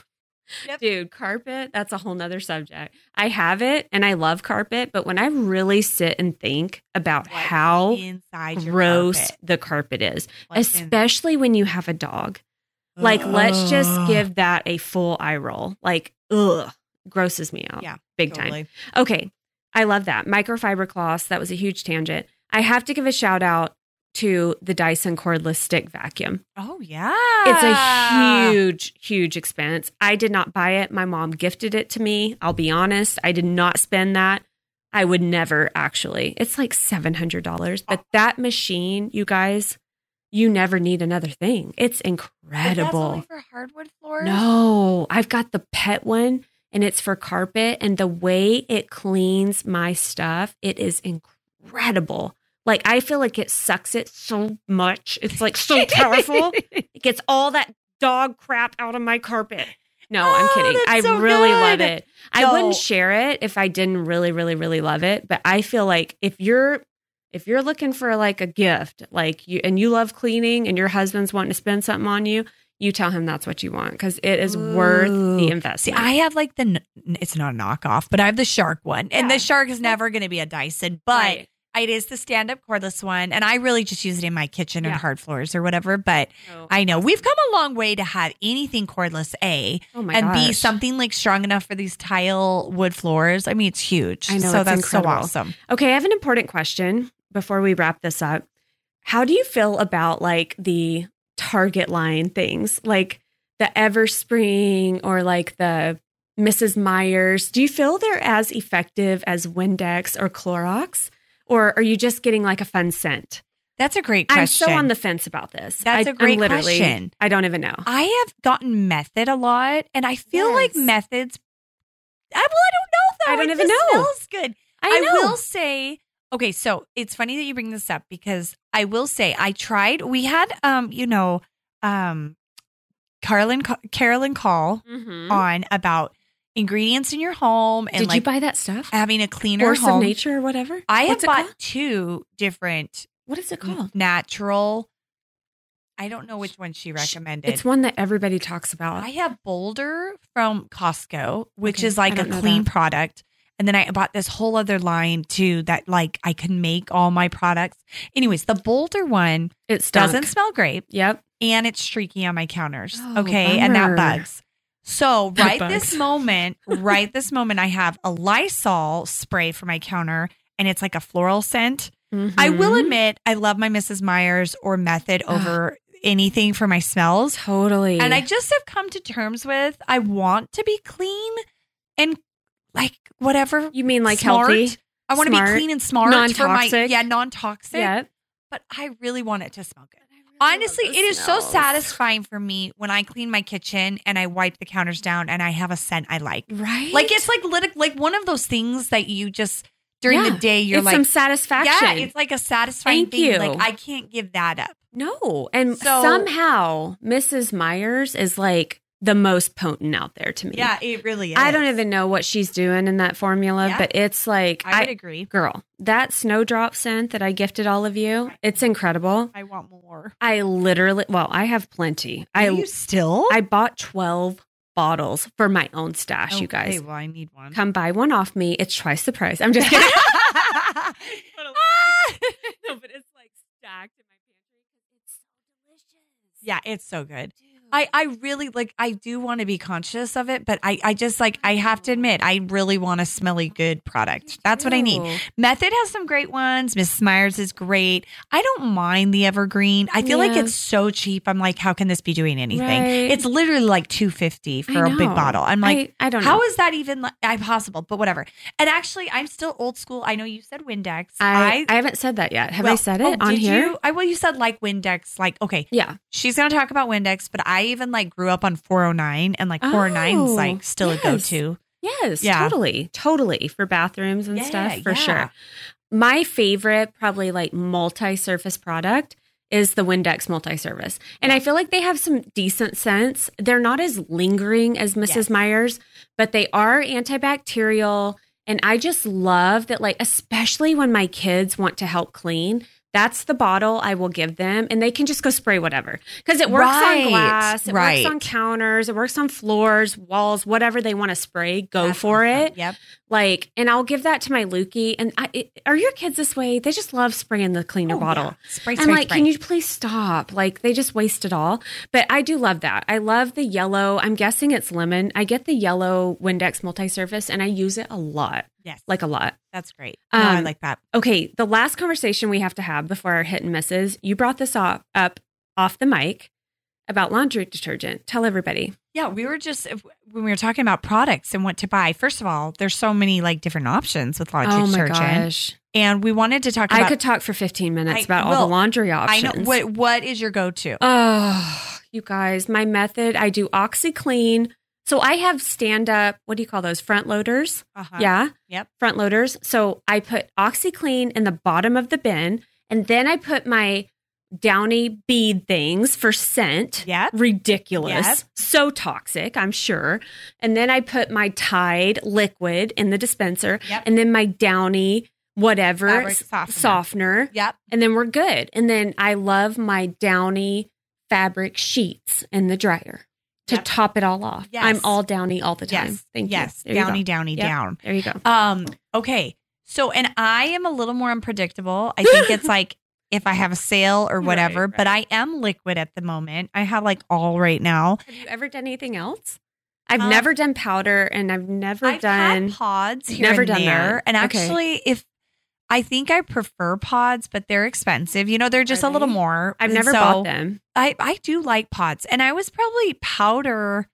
[SPEAKER 1] Yep.
[SPEAKER 2] Dude, carpet, that's a whole nother subject. I have it and I love carpet, but when I really sit and think about
[SPEAKER 1] What's
[SPEAKER 2] how
[SPEAKER 1] inside your
[SPEAKER 2] gross
[SPEAKER 1] carpet.
[SPEAKER 2] the carpet is,
[SPEAKER 1] What's in-
[SPEAKER 2] especially when you have a dog. Like, let's just
[SPEAKER 1] Ugh.
[SPEAKER 2] give that a full eye roll. Like, ugh, grosses me out.
[SPEAKER 1] Yeah,
[SPEAKER 2] big time.
[SPEAKER 1] Totally.
[SPEAKER 2] Okay, I love that microfiber cloths. That was a huge tangent. I have to give a shout out to the Dyson cordless stick vacuum.
[SPEAKER 1] Oh yeah,
[SPEAKER 2] It's a huge, huge expense. I did not buy it. My mom gifted it to me. I'll be honest, I did not spend that. I would never actually. It's like $700, but that machine, you guys, you never need another thing. It's
[SPEAKER 1] But that's
[SPEAKER 2] incredible.
[SPEAKER 1] only for hardwood floors.
[SPEAKER 2] No, I've got the pet one and it's for carpet and the way it cleans my stuff, it is incredible. Like I feel like it sucks it so much. It's
[SPEAKER 1] <laughs>
[SPEAKER 2] like so powerful. It gets all that dog crap out of my carpet. No, I'm
[SPEAKER 1] Oh,
[SPEAKER 2] kidding.
[SPEAKER 1] that's
[SPEAKER 2] I
[SPEAKER 1] so
[SPEAKER 2] really
[SPEAKER 1] good.
[SPEAKER 2] love it. I
[SPEAKER 1] No.
[SPEAKER 2] wouldn't share it if I didn't really really really love it, but I feel like if you're if you're looking for like a gift, like you and you love cleaning and your husband's wanting to spend something on you, you tell him that's what you want cuz it is worth the
[SPEAKER 1] Ooh. See,
[SPEAKER 2] investment.
[SPEAKER 1] I have like the kn- it's not a knockoff, but I have the shark one, and
[SPEAKER 2] Yeah.
[SPEAKER 1] the shark is never going to be a Dyson, but
[SPEAKER 2] Right.
[SPEAKER 1] it is the stand-up cordless one, and I really just use it in my kitchen
[SPEAKER 2] Yeah.
[SPEAKER 1] and hard floors or whatever. But
[SPEAKER 2] So-
[SPEAKER 1] I know we've come a long way to have anything cordless a
[SPEAKER 2] oh my
[SPEAKER 1] and b
[SPEAKER 2] gosh.
[SPEAKER 1] something like strong enough for these tile wood floors. I mean, it's huge.
[SPEAKER 2] I know,
[SPEAKER 1] so
[SPEAKER 2] it's
[SPEAKER 1] that's
[SPEAKER 2] incredible.
[SPEAKER 1] so awesome.
[SPEAKER 2] Okay, I have an important question before we wrap this up. How do you feel about like the Target line things, like the Everspring or like the Mrs. Myers? Do you feel they're as effective as Windex or Clorox? Or are you just getting like a fun scent?
[SPEAKER 1] That's a great question.
[SPEAKER 2] I'm so on the fence about this.
[SPEAKER 1] That's
[SPEAKER 2] I,
[SPEAKER 1] a great
[SPEAKER 2] I'm literally,
[SPEAKER 1] question.
[SPEAKER 2] I don't even know.
[SPEAKER 1] I have gotten method a lot, and I feel like
[SPEAKER 2] Yes.
[SPEAKER 1] methods. I well, I
[SPEAKER 2] I
[SPEAKER 1] don't know though.
[SPEAKER 2] don't
[SPEAKER 1] It
[SPEAKER 2] even
[SPEAKER 1] just
[SPEAKER 2] know.
[SPEAKER 1] Smells good. I, will say, okay, so it's funny that you bring this up because I will say I tried. We had, um, you know, um, Carolyn Carolyn call
[SPEAKER 2] Mhm.
[SPEAKER 1] on about ingredients in your home um, and
[SPEAKER 2] Did
[SPEAKER 1] like
[SPEAKER 2] you buy that stuff?
[SPEAKER 1] having a cleaner
[SPEAKER 2] Force
[SPEAKER 1] home.
[SPEAKER 2] of Nature or whatever?
[SPEAKER 1] I have
[SPEAKER 2] What's it
[SPEAKER 1] bought Mm-hmm.
[SPEAKER 2] called?
[SPEAKER 1] two different
[SPEAKER 2] What is it called?
[SPEAKER 1] natural. I don't know which one she recommended.
[SPEAKER 2] It's one that everybody talks about.
[SPEAKER 1] I have Boulder from Costco, which
[SPEAKER 2] Okay,
[SPEAKER 1] is
[SPEAKER 2] I
[SPEAKER 1] like a
[SPEAKER 2] don't know
[SPEAKER 1] clean
[SPEAKER 2] that.
[SPEAKER 1] product. And then I bought this whole other line too that like I can make all my products. Anyways, the Boulder one
[SPEAKER 2] It
[SPEAKER 1] doesn't smell great
[SPEAKER 2] Yep.
[SPEAKER 1] and it's streaky on my counters.
[SPEAKER 2] Oh,
[SPEAKER 1] okay. And that
[SPEAKER 2] bummer.
[SPEAKER 1] bugs. So
[SPEAKER 2] That
[SPEAKER 1] right this
[SPEAKER 2] bugs. <laughs>
[SPEAKER 1] moment, right this moment, I have a Lysol spray for my counter and it's like a floral scent. I
[SPEAKER 2] Mm-hmm.
[SPEAKER 1] will admit I love my Mrs. Myers or method
[SPEAKER 2] Ah.
[SPEAKER 1] over anything for my smells.
[SPEAKER 2] totally.
[SPEAKER 1] And I just have come to terms with I want to be clean and like whatever.
[SPEAKER 2] you mean like
[SPEAKER 1] smart.
[SPEAKER 2] healthy?
[SPEAKER 1] I want to be
[SPEAKER 2] Smart.
[SPEAKER 1] clean and smart for my
[SPEAKER 2] Non-toxic.
[SPEAKER 1] yeah, non-toxic.
[SPEAKER 2] Yep.
[SPEAKER 1] But I really want it to smell good. Honestly, it is so satisfying for me when I clean my kitchen and I wipe the counters down and I have a scent I like.
[SPEAKER 2] Right?
[SPEAKER 1] Like it's like lit- like one of those things that you just during the
[SPEAKER 2] Yeah.
[SPEAKER 1] day you're
[SPEAKER 2] It's
[SPEAKER 1] like
[SPEAKER 2] some satisfaction.
[SPEAKER 1] yeah, it's like a satisfying
[SPEAKER 2] Thank
[SPEAKER 1] thing.
[SPEAKER 2] you.
[SPEAKER 1] Like I can't give that up.
[SPEAKER 2] no. And
[SPEAKER 1] So-
[SPEAKER 2] somehow Mrs. Myers is like the most potent out there to me.
[SPEAKER 1] Yeah, it really is.
[SPEAKER 2] I don't even know what she's doing in that formula,
[SPEAKER 1] Yeah.
[SPEAKER 2] but it's like
[SPEAKER 1] I
[SPEAKER 2] I,
[SPEAKER 1] would agree.
[SPEAKER 2] girl, that snowdrop scent that I gifted all of you, it's incredible.
[SPEAKER 1] I want more.
[SPEAKER 2] I literally well, I have plenty.
[SPEAKER 1] Are
[SPEAKER 2] I
[SPEAKER 1] you still?
[SPEAKER 2] I bought 12 bottles for my own stash, you
[SPEAKER 1] Okay,
[SPEAKER 2] guys.
[SPEAKER 1] well, I need one.
[SPEAKER 2] Come buy one off me. It's twice the price. I'm
[SPEAKER 1] <laughs>
[SPEAKER 2] <laughs> just kidding.
[SPEAKER 1] Ah! <laughs>
[SPEAKER 2] no, but it's like stacked in my pantry because it's so
[SPEAKER 3] Yeah, it's so good.
[SPEAKER 1] I, I really like I do want to be conscious of it, but I, I just like I have to admit I really want a smelly good product. That's what I need.
[SPEAKER 2] Ew.
[SPEAKER 1] Method has some great ones. Miss Myers is great. I don't mind the evergreen. I feel like
[SPEAKER 2] Yeah.
[SPEAKER 1] it's so cheap. I'm like, how can this be doing anything?
[SPEAKER 2] Right.
[SPEAKER 1] It's literally like two fifty for
[SPEAKER 2] I
[SPEAKER 1] a big
[SPEAKER 2] know.
[SPEAKER 1] bottle. I'm like,
[SPEAKER 2] I, I don't know.
[SPEAKER 1] how is that even like, I possible? But whatever. And actually, I'm still old school. I know you said Windex.
[SPEAKER 2] I, I haven't said that yet. Have
[SPEAKER 1] well,
[SPEAKER 2] I said
[SPEAKER 1] oh,
[SPEAKER 2] it on
[SPEAKER 1] did
[SPEAKER 2] here?
[SPEAKER 1] You? I well, you said like Windex. Like okay,
[SPEAKER 2] Yeah.
[SPEAKER 1] she's gonna talk about Windex, but I even like grew up on 409 and like 409 is
[SPEAKER 2] Oh,
[SPEAKER 1] like still
[SPEAKER 2] yes.
[SPEAKER 1] a go-to.
[SPEAKER 2] Yes.
[SPEAKER 1] Yeah.
[SPEAKER 2] Totally. Totally for bathrooms and
[SPEAKER 1] Yeah,
[SPEAKER 2] stuff for
[SPEAKER 1] yeah.
[SPEAKER 2] sure. My favorite, probably like multi-surface product, is the Windex multi-service, and I feel like they have some decent scents. They're not as lingering as Mrs.
[SPEAKER 1] Yes.
[SPEAKER 2] Myers, but they are antibacterial. And I just love that, like, especially when my kids want to help clean, that's the bottle I will give them, and they can just go spray whatever. Because it works
[SPEAKER 1] Right,
[SPEAKER 2] on glass, it
[SPEAKER 1] right.
[SPEAKER 2] works on counters, it works on floors, walls, whatever they want to spray, go
[SPEAKER 1] That's
[SPEAKER 2] for
[SPEAKER 1] awesome.
[SPEAKER 2] it.
[SPEAKER 1] Yep.
[SPEAKER 2] Like, and I'll give that to my Lukey. And I, it, are your kids this way? They just love spraying the cleaner
[SPEAKER 1] Oh,
[SPEAKER 2] bottle.
[SPEAKER 1] yeah. Spray,
[SPEAKER 2] I'm
[SPEAKER 1] spray,
[SPEAKER 2] like,
[SPEAKER 1] spray.
[SPEAKER 2] can you please stop? Like, they just waste it all. But I do love that. I love the yellow. I'm guessing it's lemon. I get the yellow Windex multi surface and I use it a lot,
[SPEAKER 1] Yes.
[SPEAKER 2] like a lot.
[SPEAKER 1] that's great. no, I
[SPEAKER 2] Um,
[SPEAKER 1] like that.
[SPEAKER 2] Okay, the last conversation we have to have before our hit and misses, you brought this up, up off the mic about laundry detergent. Tell everybody.
[SPEAKER 1] Yeah, we were just if- when we were talking about products and what to buy. First of all, there's so many like different options with laundry
[SPEAKER 2] oh my
[SPEAKER 1] detergent,
[SPEAKER 2] gosh.
[SPEAKER 1] and we wanted to talk
[SPEAKER 2] I
[SPEAKER 1] about.
[SPEAKER 2] could talk for 15 minutes
[SPEAKER 1] I-
[SPEAKER 2] about all
[SPEAKER 1] well,
[SPEAKER 2] the laundry
[SPEAKER 1] I
[SPEAKER 2] options.
[SPEAKER 1] know what what is your go-to?
[SPEAKER 2] Oh, you guys, my method, I do OxyClean. So I have stand up, what do you call those? Front loaders.
[SPEAKER 1] Uh-huh.
[SPEAKER 2] Yeah.
[SPEAKER 1] Yep.
[SPEAKER 2] Front loaders. So I put OxyClean in the bottom of the bin and then I put my downy bead things for scent.
[SPEAKER 1] Yep.
[SPEAKER 2] Ridiculous.
[SPEAKER 1] Yep.
[SPEAKER 2] So toxic, I'm sure. And then I put my Tide liquid in the dispenser
[SPEAKER 1] Yep.
[SPEAKER 2] and then my downy whatever
[SPEAKER 1] Fabric
[SPEAKER 2] s-
[SPEAKER 1] softener.
[SPEAKER 2] softener
[SPEAKER 1] Yep.
[SPEAKER 2] and then we're good. And then I love my downy fabric sheets in the dryer to
[SPEAKER 1] Yep.
[SPEAKER 2] top it all off.
[SPEAKER 1] Yes.
[SPEAKER 2] I'm all downy all the time.
[SPEAKER 1] Yes.
[SPEAKER 2] Thank
[SPEAKER 1] yes.
[SPEAKER 2] you. There
[SPEAKER 1] Downy,
[SPEAKER 2] you go.
[SPEAKER 1] downy,
[SPEAKER 2] Yep.
[SPEAKER 1] down.
[SPEAKER 2] There you go.
[SPEAKER 1] <laughs> Um, okay. So, and I am a little more unpredictable. I think
[SPEAKER 2] <laughs>
[SPEAKER 1] it's like if I have a sale or
[SPEAKER 2] Right,
[SPEAKER 1] whatever,
[SPEAKER 2] right.
[SPEAKER 1] but I am liquid at the moment. I have like all right now.
[SPEAKER 2] Have you ever done anything else? I've
[SPEAKER 1] Um,
[SPEAKER 2] never done powder and I've never
[SPEAKER 1] I've
[SPEAKER 2] done.
[SPEAKER 1] had pods here
[SPEAKER 2] Never
[SPEAKER 1] and
[SPEAKER 2] done
[SPEAKER 1] there.
[SPEAKER 2] that.
[SPEAKER 1] And
[SPEAKER 2] Okay.
[SPEAKER 1] actually, if I think I prefer pods, but they're expensive. You know, they're just
[SPEAKER 2] Are
[SPEAKER 1] a little
[SPEAKER 2] they?
[SPEAKER 1] more.
[SPEAKER 2] I've
[SPEAKER 1] And
[SPEAKER 2] never
[SPEAKER 1] so
[SPEAKER 2] bought them.
[SPEAKER 1] I, I do like pods. And I was probably powder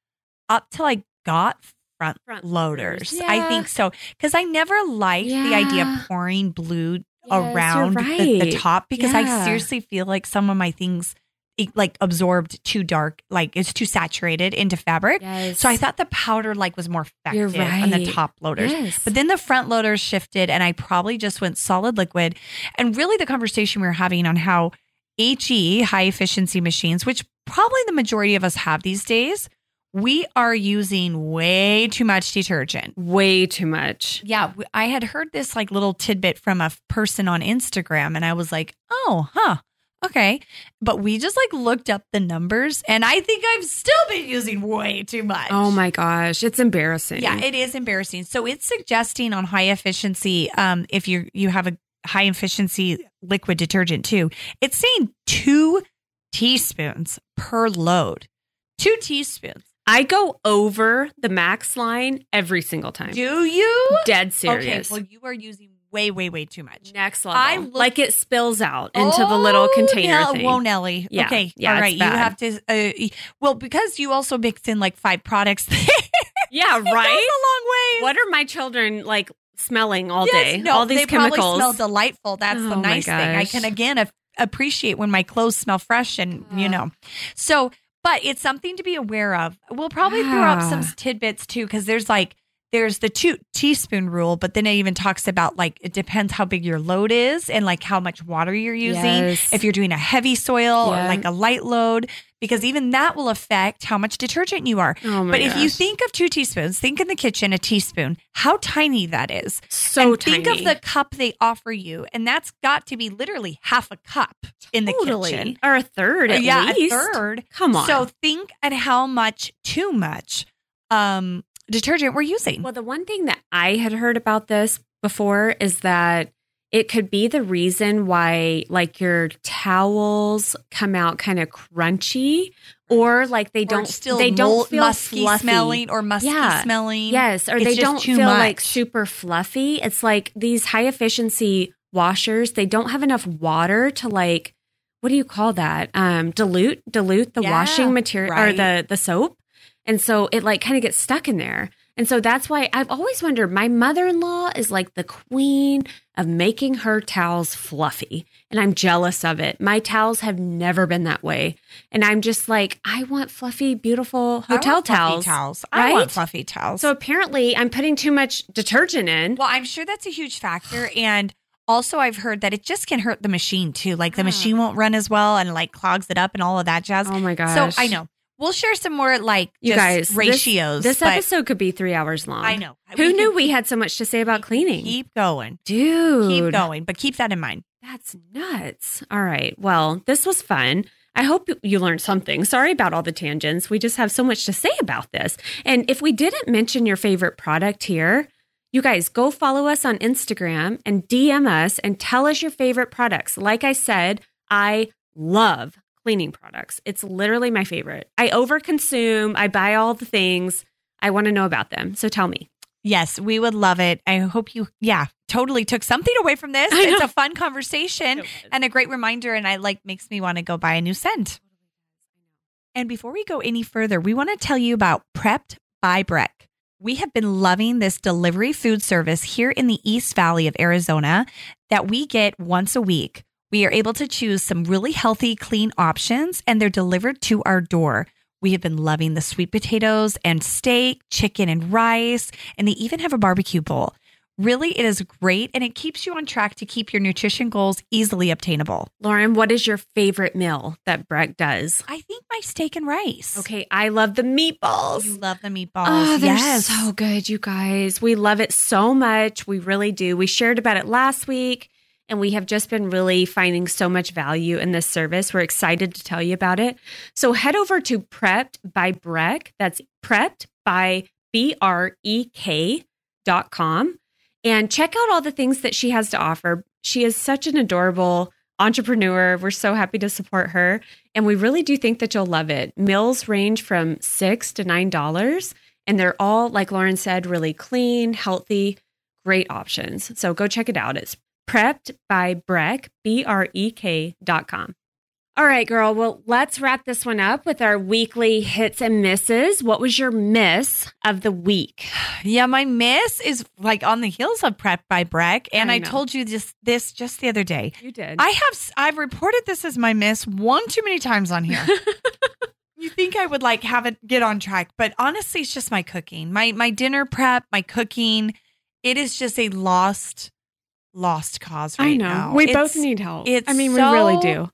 [SPEAKER 1] up till I got front
[SPEAKER 2] Front
[SPEAKER 1] loaders.
[SPEAKER 2] loaders.
[SPEAKER 1] I
[SPEAKER 2] Yeah.
[SPEAKER 1] think so. Because I never liked the idea
[SPEAKER 2] Yeah.
[SPEAKER 1] of pouring blue
[SPEAKER 2] Yes,
[SPEAKER 1] around
[SPEAKER 2] you're
[SPEAKER 1] the, the
[SPEAKER 2] right.
[SPEAKER 1] top because
[SPEAKER 2] Yeah.
[SPEAKER 1] I seriously feel like some of my things it, like absorbed too dark, like it's too saturated into fabric.
[SPEAKER 2] Yes.
[SPEAKER 1] So I thought the powder like was more
[SPEAKER 2] You're
[SPEAKER 1] effective on the
[SPEAKER 2] right.
[SPEAKER 1] top loaders.
[SPEAKER 2] Yes.
[SPEAKER 1] But then the front loaders shifted and I probably just went solid liquid. And really the conversation we were having on how HE, high efficiency machines, which probably the majority of us have these days, we are using way too much detergent.
[SPEAKER 2] way too much.
[SPEAKER 1] Yeah, w- I had heard this like little tidbit from a f- person on Instagram, and I was like, oh, huh. Okay. But we just like looked up the numbers, and I think I've still been using way too much.
[SPEAKER 2] Oh my gosh. It's embarrassing.
[SPEAKER 1] Yeah, it is embarrassing. So it's suggesting on high efficiency, um, if you you have a high efficiency liquid detergent too, it's saying two teaspoons per load. Two teaspoons.
[SPEAKER 2] I go over the max line every single time.
[SPEAKER 1] Do you?
[SPEAKER 2] Dead serious.
[SPEAKER 1] Okay, well, you are using way, way, way too much.
[SPEAKER 2] Next level.
[SPEAKER 1] I look-
[SPEAKER 2] like it spills out into the little
[SPEAKER 1] Oh,
[SPEAKER 2] container
[SPEAKER 1] Nell-
[SPEAKER 2] thing.
[SPEAKER 1] Whoa, Nelly.
[SPEAKER 2] Yeah.
[SPEAKER 1] Okay.
[SPEAKER 2] Yeah,
[SPEAKER 1] All
[SPEAKER 2] it's
[SPEAKER 1] right. You
[SPEAKER 2] bad.
[SPEAKER 1] have to. Uh, well, because you also mixed in like five products. <laughs>
[SPEAKER 2] Yeah,
[SPEAKER 1] It
[SPEAKER 2] right.
[SPEAKER 1] goes a long way.
[SPEAKER 2] What are my children like smelling all
[SPEAKER 1] Yes,
[SPEAKER 2] day?
[SPEAKER 1] No,
[SPEAKER 2] all these
[SPEAKER 1] they
[SPEAKER 2] chemicals.
[SPEAKER 1] probably smell delightful. That's
[SPEAKER 2] Oh,
[SPEAKER 1] the
[SPEAKER 2] my
[SPEAKER 1] nice thing. I
[SPEAKER 2] gosh. Uh.
[SPEAKER 1] can again a- appreciate when my clothes smell fresh, and
[SPEAKER 2] Yeah.
[SPEAKER 1] you know, so. But it's something to be aware of. We'll probably throw up some
[SPEAKER 2] Yeah.
[SPEAKER 1] tidbits too, because there's like there's the two teaspoon rule, but then it even talks about like it depends how big your load is and like how much water you're using.
[SPEAKER 2] Yes.
[SPEAKER 1] If you're doing a heavy soil
[SPEAKER 2] Yeah.
[SPEAKER 1] or like a light load, because even that will affect how much detergent you are.
[SPEAKER 2] oh my
[SPEAKER 1] but if you
[SPEAKER 2] gosh.
[SPEAKER 1] think of two teaspoons, think in the kitchen a teaspoon, how tiny that is
[SPEAKER 2] so
[SPEAKER 1] and think
[SPEAKER 2] tiny.
[SPEAKER 1] of the cup they offer you, and that's got to be literally half a cup in the
[SPEAKER 2] Totally.
[SPEAKER 1] kitchen.
[SPEAKER 2] or a third at
[SPEAKER 1] yeah,
[SPEAKER 2] least.
[SPEAKER 1] a third.
[SPEAKER 2] Come on.
[SPEAKER 1] So think at how much too much um,
[SPEAKER 2] Mm.
[SPEAKER 1] detergent we're using.
[SPEAKER 2] well, the one thing that I had heard about this before is that It could be the reason why, like, your towels come out kind of crunchy, or like they
[SPEAKER 1] Or
[SPEAKER 2] don't
[SPEAKER 1] still
[SPEAKER 2] they
[SPEAKER 1] mol-
[SPEAKER 2] don't feel
[SPEAKER 1] musky
[SPEAKER 2] fluffy.
[SPEAKER 1] smelling or musky smelling.
[SPEAKER 2] Yes, or
[SPEAKER 1] It's
[SPEAKER 2] they
[SPEAKER 1] just
[SPEAKER 2] don't
[SPEAKER 1] too
[SPEAKER 2] feel like
[SPEAKER 1] much.
[SPEAKER 2] super fluffy. It's like these high efficiency washers, they don't have enough water to like what do you call that? Um dilute dilute the
[SPEAKER 1] Yeah,
[SPEAKER 2] washing material or
[SPEAKER 1] right.
[SPEAKER 2] the the soap. And so it like kind of gets stuck in there. And so that's why I've always wondered my mother-in-law is like the queen of making her towels fluffy and I'm jealous of it. My towels have never been that way. And I'm just like I want fluffy beautiful
[SPEAKER 1] I want
[SPEAKER 2] hotel
[SPEAKER 1] fluffy
[SPEAKER 2] towels.
[SPEAKER 1] towels. I want
[SPEAKER 2] right?
[SPEAKER 1] fluffy towels.
[SPEAKER 2] So apparently, I'm putting too much detergent in.
[SPEAKER 1] Well, I'm sure that's a huge factor. And also, I've heard that it just can hurt the machine too. Like the
[SPEAKER 2] Yeah.
[SPEAKER 1] machine won't run as well and like clogs it up and all of that jazz.
[SPEAKER 2] Mm. oh my gosh!
[SPEAKER 1] so I know. We'll share some more like
[SPEAKER 2] you
[SPEAKER 1] just
[SPEAKER 2] guys this-
[SPEAKER 1] ratios.
[SPEAKER 2] This,
[SPEAKER 1] but
[SPEAKER 2] episode could be three hours long.
[SPEAKER 1] I know.
[SPEAKER 2] Who
[SPEAKER 1] We
[SPEAKER 2] knew
[SPEAKER 1] can
[SPEAKER 2] we had so much to say about cleaning,
[SPEAKER 1] Keep going.
[SPEAKER 2] dude?
[SPEAKER 1] Keep going. But keep that in mind.
[SPEAKER 2] That's nuts. All right. Well, this was fun. I hope you learned something. Sorry about all the tangents. We just have so much to say about this. And if we didn't mention your favorite product here, you guys go follow us on Instagram and DM us and tell us your favorite products. Like I said, I love cleaning products. It's literally my favorite. I overconsume, I buy all the things. I want to know about them. So tell me.
[SPEAKER 1] Yes, we would love it. I hope you, yeah, totally took something away from this.
[SPEAKER 2] I know.
[SPEAKER 1] It's a fun conversation and a great reminder. And I like makes me want to go buy a new scent. And before we go any further, we want to tell you about Prepped by Breck. We have been loving this delivery food service here in the East Valley of Arizona that we get once a week. We are able to choose some really healthy, clean options, and they're delivered to our door. We have been loving the sweet potatoes and steak, chicken and rice, and they even have a barbecue bowl. Really, it is great and it keeps you on track to keep your nutrition goals easily obtainable.
[SPEAKER 2] Lauren, what is your favorite meal that Breck does?
[SPEAKER 1] I think my steak and rice.
[SPEAKER 2] Okay, I love the meatballs.
[SPEAKER 1] You love the meatballs.
[SPEAKER 2] Oh, they're
[SPEAKER 1] yes.
[SPEAKER 2] so good, you guys. We love it so much. We really do. We shared about it last week, and we have just been really finding so much value in this service. We're excited to tell you about it. So head over to Prepped by Breck. That's prepped by B R E K dot com and check out all the things that she has to offer. She is such an adorable entrepreneur. We're so happy to support her. And we really do think that you'll love it. Meals range from six to nine dollars, and they're all, like Lauren said, really clean, healthy, great options. So go check it out. It's prepped by Breck, B R E K dot com. All right, girl. Well, let's wrap this one up with our weekly hits and misses. What was your miss of the week?
[SPEAKER 1] Yeah, my miss is like on the heels of Prep by Breck. And
[SPEAKER 2] I
[SPEAKER 1] I,
[SPEAKER 2] know.
[SPEAKER 1] told you this, this just the other day.
[SPEAKER 2] You did.
[SPEAKER 1] I have s- I've reported this as my miss one too many times on
[SPEAKER 2] <laughs>
[SPEAKER 1] here. you think I would like have it get on track, but honestly, it's just my cooking, my my dinner prep, my cooking. It is just a lost, lost cause right
[SPEAKER 2] I know.
[SPEAKER 1] now.
[SPEAKER 2] We
[SPEAKER 1] It's
[SPEAKER 2] both need help. I
[SPEAKER 1] it's
[SPEAKER 2] mean, we really
[SPEAKER 1] so
[SPEAKER 2] do. I know.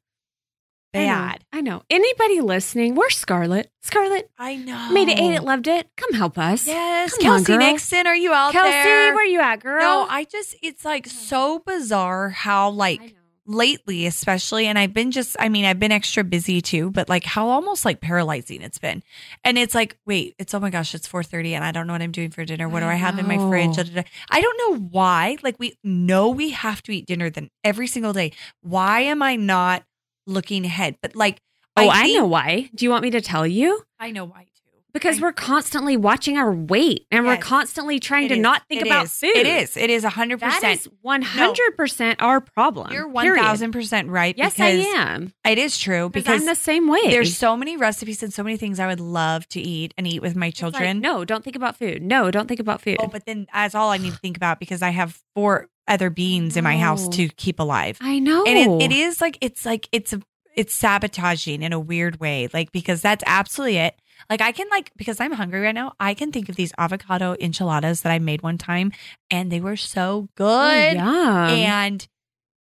[SPEAKER 1] bad.
[SPEAKER 2] I know. Anybody listening, we're Scarlet. Scarlet
[SPEAKER 1] I know.
[SPEAKER 2] made it,
[SPEAKER 1] Oh.
[SPEAKER 2] ate it, loved it. Come help us.
[SPEAKER 1] Yes,
[SPEAKER 2] Come on,
[SPEAKER 1] Kelsey
[SPEAKER 2] girl.
[SPEAKER 1] Nixon, are you out
[SPEAKER 2] Kelsey,
[SPEAKER 1] there?
[SPEAKER 2] where you at, girl?
[SPEAKER 1] No, I just it's like so bizarre how like lately especially and i've been just i mean i've been extra busy too but like how almost like paralyzing it's been and it's like wait it's oh my gosh it's 4.30 and i don't know what i'm doing for dinner what do
[SPEAKER 2] I
[SPEAKER 1] i have in my
[SPEAKER 2] know.
[SPEAKER 1] fridge Da, da, da. i don't know why like we know we have to eat dinner then every single day why am i not looking ahead but like
[SPEAKER 2] Oh, I,
[SPEAKER 1] think-
[SPEAKER 2] know why. Do you want me to tell you?
[SPEAKER 1] i know why too
[SPEAKER 2] Because
[SPEAKER 1] I-
[SPEAKER 2] we're constantly watching our weight and we're
[SPEAKER 1] Yes.
[SPEAKER 2] constantly trying
[SPEAKER 1] It
[SPEAKER 2] to
[SPEAKER 1] is.
[SPEAKER 2] not think
[SPEAKER 1] It
[SPEAKER 2] about
[SPEAKER 1] is.
[SPEAKER 2] food.
[SPEAKER 1] it is it is 100%
[SPEAKER 2] That is 100% our problem.
[SPEAKER 1] you're
[SPEAKER 2] period.
[SPEAKER 1] 1000% right
[SPEAKER 2] Yes, I
[SPEAKER 1] because
[SPEAKER 2] am.
[SPEAKER 1] it is true
[SPEAKER 2] Because
[SPEAKER 1] because
[SPEAKER 2] I'm the same way.
[SPEAKER 1] There's so many recipes and so many things I would love to eat and eat with my
[SPEAKER 2] It's like,
[SPEAKER 1] children.
[SPEAKER 2] no, don't think about food. No, don't think about food.
[SPEAKER 1] Oh, but then that's all I
[SPEAKER 2] <sighs>
[SPEAKER 1] need to think about because I have four other beings in my house
[SPEAKER 2] No.
[SPEAKER 1] to keep alive.
[SPEAKER 2] I know.
[SPEAKER 1] And it, it is like it's like it's a it's sabotaging in a weird way, like because that's absolutely it. Like I can like because I'm hungry right now, I can think of these avocado enchiladas that I made one time and they were
[SPEAKER 2] Oh,
[SPEAKER 1] so good
[SPEAKER 2] Yeah.
[SPEAKER 1] and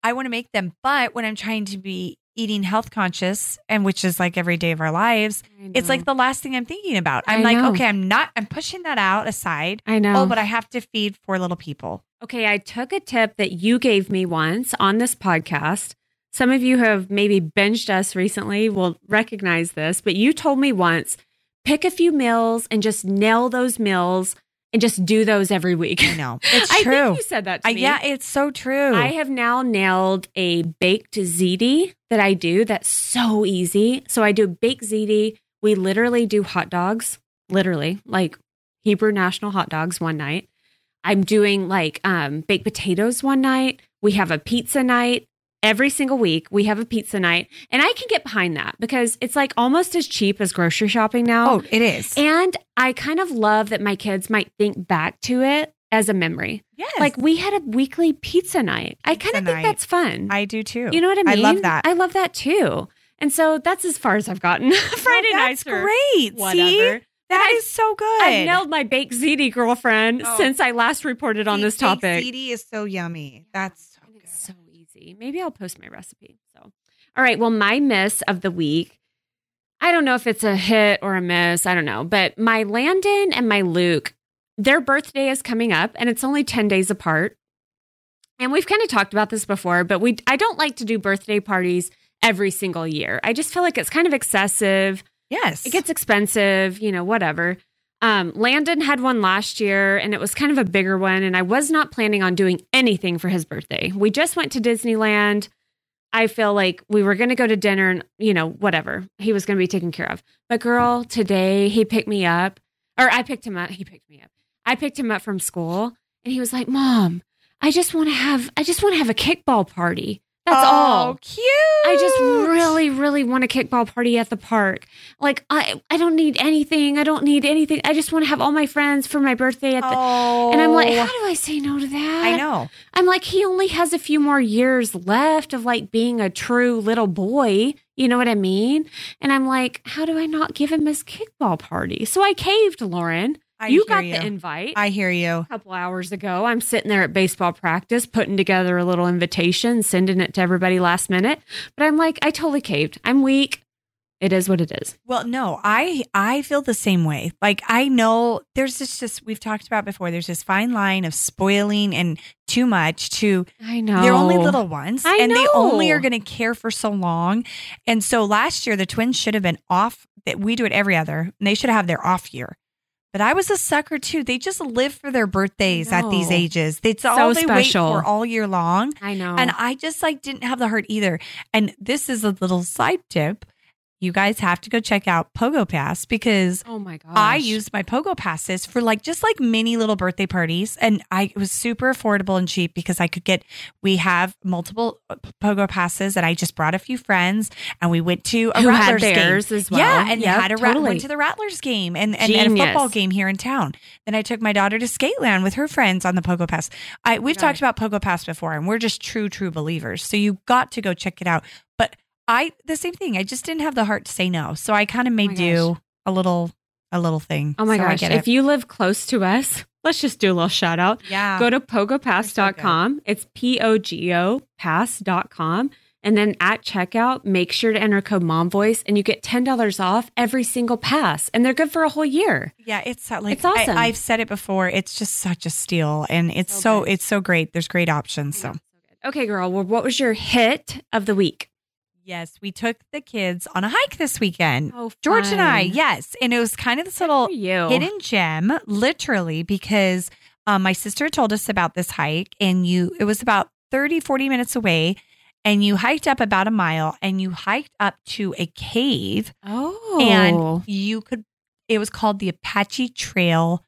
[SPEAKER 1] I want to make them. But when I'm trying to be eating health conscious and which is like every day of our lives, it's like the last thing I'm thinking about. I'm
[SPEAKER 2] Mm-hmm. I
[SPEAKER 1] like,
[SPEAKER 2] know.
[SPEAKER 1] okay, I'm not, I'm pushing that out aside.
[SPEAKER 2] I know.
[SPEAKER 1] Oh, but I have to feed four little people.
[SPEAKER 2] okay, I took a tip that you gave me once on this podcast. Some of you have maybe binged us recently will recognize this, but you told me once pick a few meals and just nail those meals and just do those every week.
[SPEAKER 1] I know. It's
[SPEAKER 2] <laughs> I
[SPEAKER 1] true.
[SPEAKER 2] think you said that to
[SPEAKER 1] I-
[SPEAKER 2] me.
[SPEAKER 1] yeah, it's so true.
[SPEAKER 2] I have now nailed a baked ziti that I do. That's so easy. So I do baked ziti. We literally do hot dogs, literally like Hebrew national hot dogs one night. I'm doing like um, baked potatoes one night. We have a pizza night every single week. We have a pizza night, and I can get behind that because it's like almost as cheap as grocery shopping now.
[SPEAKER 1] oh, it is.
[SPEAKER 2] And I kind of love that my kids might think back to it as a memory.
[SPEAKER 1] yes.
[SPEAKER 2] Like we had a weekly pizza night. I kind
[SPEAKER 1] Pizza
[SPEAKER 2] of think
[SPEAKER 1] night.
[SPEAKER 2] that's fun.
[SPEAKER 1] I do too.
[SPEAKER 2] you know what I mean?
[SPEAKER 1] I love that.
[SPEAKER 2] I love that too. And so that's as far as I've gotten. <laughs> Friday
[SPEAKER 1] Well,
[SPEAKER 2] nights
[SPEAKER 1] That's
[SPEAKER 2] are
[SPEAKER 1] great. See,
[SPEAKER 2] whatever.
[SPEAKER 1] that
[SPEAKER 2] I've-
[SPEAKER 1] is so good.
[SPEAKER 2] I've nailed my baked ziti girlfriend
[SPEAKER 1] Oh.
[SPEAKER 2] since I last reported on this topic.
[SPEAKER 1] CD is so yummy. That's so
[SPEAKER 2] And
[SPEAKER 1] good.
[SPEAKER 2] it's so easy. Maybe I'll post my recipe. So, all right. Well, my miss of the week, I don't know if it's a hit or a miss. I don't know. But my Landon and my Luke, their birthday is coming up and it's only 10 days apart. And we've kind of talked about this before, but we I don't like to do birthday parties every single year. I just feel like it's kind of excessive.
[SPEAKER 1] Yes.
[SPEAKER 2] It gets expensive, you know, whatever. Um, Landon had one last year and it was kind of a bigger one. And I was not planning on doing anything for his birthday. We just went to Disneyland. I feel like we were going to go to dinner and, you know, whatever. He was going to be taken care of. But girl, today he picked me up or I picked him up. He picked me up. I picked him up from school and he was like, Mom, I just want to have, I just want to have a kickball party. That's
[SPEAKER 1] oh,
[SPEAKER 2] all.
[SPEAKER 1] cute.
[SPEAKER 2] I just really, really want a kickball party at the park. Like I, I don't need anything. I don't need anything. I just want to have all my friends for my birthday at the.
[SPEAKER 1] Oh.
[SPEAKER 2] And I'm like, how do I say no to that?
[SPEAKER 1] I know.
[SPEAKER 2] I'm like, he only has a few more years left of like being a true little boy. You know what I mean? And I'm like, how do I not give him his kickball party? So I caved, Lauren.
[SPEAKER 1] I
[SPEAKER 2] you
[SPEAKER 1] hear
[SPEAKER 2] got
[SPEAKER 1] you.
[SPEAKER 2] the invite
[SPEAKER 1] I hear you.
[SPEAKER 2] couple hours ago. I'm sitting there at baseball practice, putting together a little invitation, sending it to everybody last minute. But I'm like, I totally caved. I'm weak. It is what it is.
[SPEAKER 1] Well, no, I I feel the same way. Like I know there's this just we've talked about before. There's this fine line of spoiling and too much to
[SPEAKER 2] I know.
[SPEAKER 1] They're only little ones,
[SPEAKER 2] I
[SPEAKER 1] and they
[SPEAKER 2] know.
[SPEAKER 1] only are going to care for so long. And so last year, the twins should have been off. That we do it every other, and they should have their off year. But I was a sucker too. They just live for their birthdays at these
[SPEAKER 2] know.
[SPEAKER 1] ages. It's all they
[SPEAKER 2] special.
[SPEAKER 1] wait for all year long.
[SPEAKER 2] I know.
[SPEAKER 1] And I just like didn't have the heart either. And this is a little side tip. You guys have to go check out Pogo Pass because
[SPEAKER 2] oh my gosh.
[SPEAKER 1] I used my Pogo passes for like just like mini little birthday parties, and I it was super affordable and cheap because I could get. We have multiple uh, p- Pogo passes, and I just brought a few friends, and we went to a
[SPEAKER 2] who had
[SPEAKER 1] Rattlers game.
[SPEAKER 2] theirs as well.
[SPEAKER 1] Yeah, and
[SPEAKER 2] Yep,
[SPEAKER 1] had a rat-
[SPEAKER 2] totally.
[SPEAKER 1] went to the Rattlers game and, and, and a
[SPEAKER 2] Genius.
[SPEAKER 1] football game here in town. Then I took my daughter to Skateland with her friends on the Pogo Pass. I we've talked about Pogo Pass before, and we're just true true believers. So you got to go check it out. But I the same thing. I just didn't have the heart to say no, so I kind of made
[SPEAKER 2] Oh my gosh.
[SPEAKER 1] do a little a little thing.
[SPEAKER 2] Oh my
[SPEAKER 1] So I
[SPEAKER 2] gosh.
[SPEAKER 1] get
[SPEAKER 2] If
[SPEAKER 1] it.
[SPEAKER 2] you live close to us, let's just do a little shout out.
[SPEAKER 1] yeah,
[SPEAKER 2] Go to pogopass.com. It's P O G O pass.com. And then at checkout, make sure to enter code MOMVOICE and you get $10 off every single pass. And they're good for a whole year.
[SPEAKER 1] yeah, it's so- like
[SPEAKER 2] It's awesome.
[SPEAKER 1] I, I've said it before. It's just such a steal, and it's
[SPEAKER 2] So
[SPEAKER 1] so
[SPEAKER 2] good. Mm-hmm.
[SPEAKER 1] it's so great. There's great options. So
[SPEAKER 2] Okay, girl. Well, what was your hit of the week?
[SPEAKER 1] yes, we took the kids on a hike this weekend.
[SPEAKER 2] Oh,
[SPEAKER 1] George and I, yes, and it was kind of this little
[SPEAKER 2] you.
[SPEAKER 1] hidden gem, literally, because um, my sister told us about this hike, and you it was about 30, 40 minutes away. And you hiked up about a mile and you hiked up to a cave
[SPEAKER 2] Oh,
[SPEAKER 1] and you could it was called the apache trail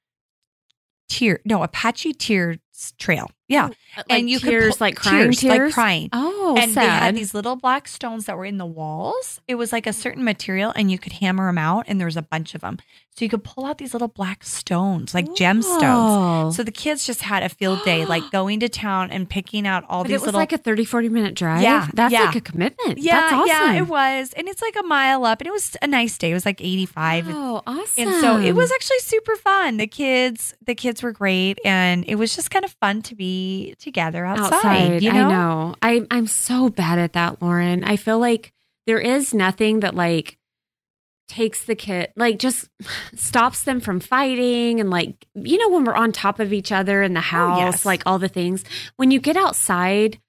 [SPEAKER 1] tier no apache tears trail yeah
[SPEAKER 2] and you tears,
[SPEAKER 1] pull-
[SPEAKER 2] like crying tears,
[SPEAKER 1] like crying
[SPEAKER 2] Oh,
[SPEAKER 1] and they had
[SPEAKER 2] sad.
[SPEAKER 1] these little black stones that were in the walls it was like a certain material and you could hammer them out and there was a bunch of them so you could pull out these little black stones like gemstones
[SPEAKER 2] Oh.
[SPEAKER 1] so the kids just had a field day like
[SPEAKER 2] <gasps>
[SPEAKER 1] going to town and picking out all
[SPEAKER 2] but
[SPEAKER 1] these
[SPEAKER 2] it was
[SPEAKER 1] little
[SPEAKER 2] like a 30, 40 minute drive.
[SPEAKER 1] Yeah,
[SPEAKER 2] That's
[SPEAKER 1] yeah.
[SPEAKER 2] like a commitment.
[SPEAKER 1] yeah
[SPEAKER 2] That's awesome.
[SPEAKER 1] yeah it was and it's like a mile up and it was a nice day it was like 85
[SPEAKER 2] Oh, awesome.
[SPEAKER 1] And so it was actually super fun. The kids, the kids were great, and it was just kind of fun to be together outside. you know,
[SPEAKER 2] I know. I, I'm so bad at that, Lauren. I feel like there is nothing that like takes the kid, like just <sighs> stops them from fighting. And like, you know, when we're on top of each other in the house,
[SPEAKER 1] Oh, yes.
[SPEAKER 2] like all the things, when you get outside,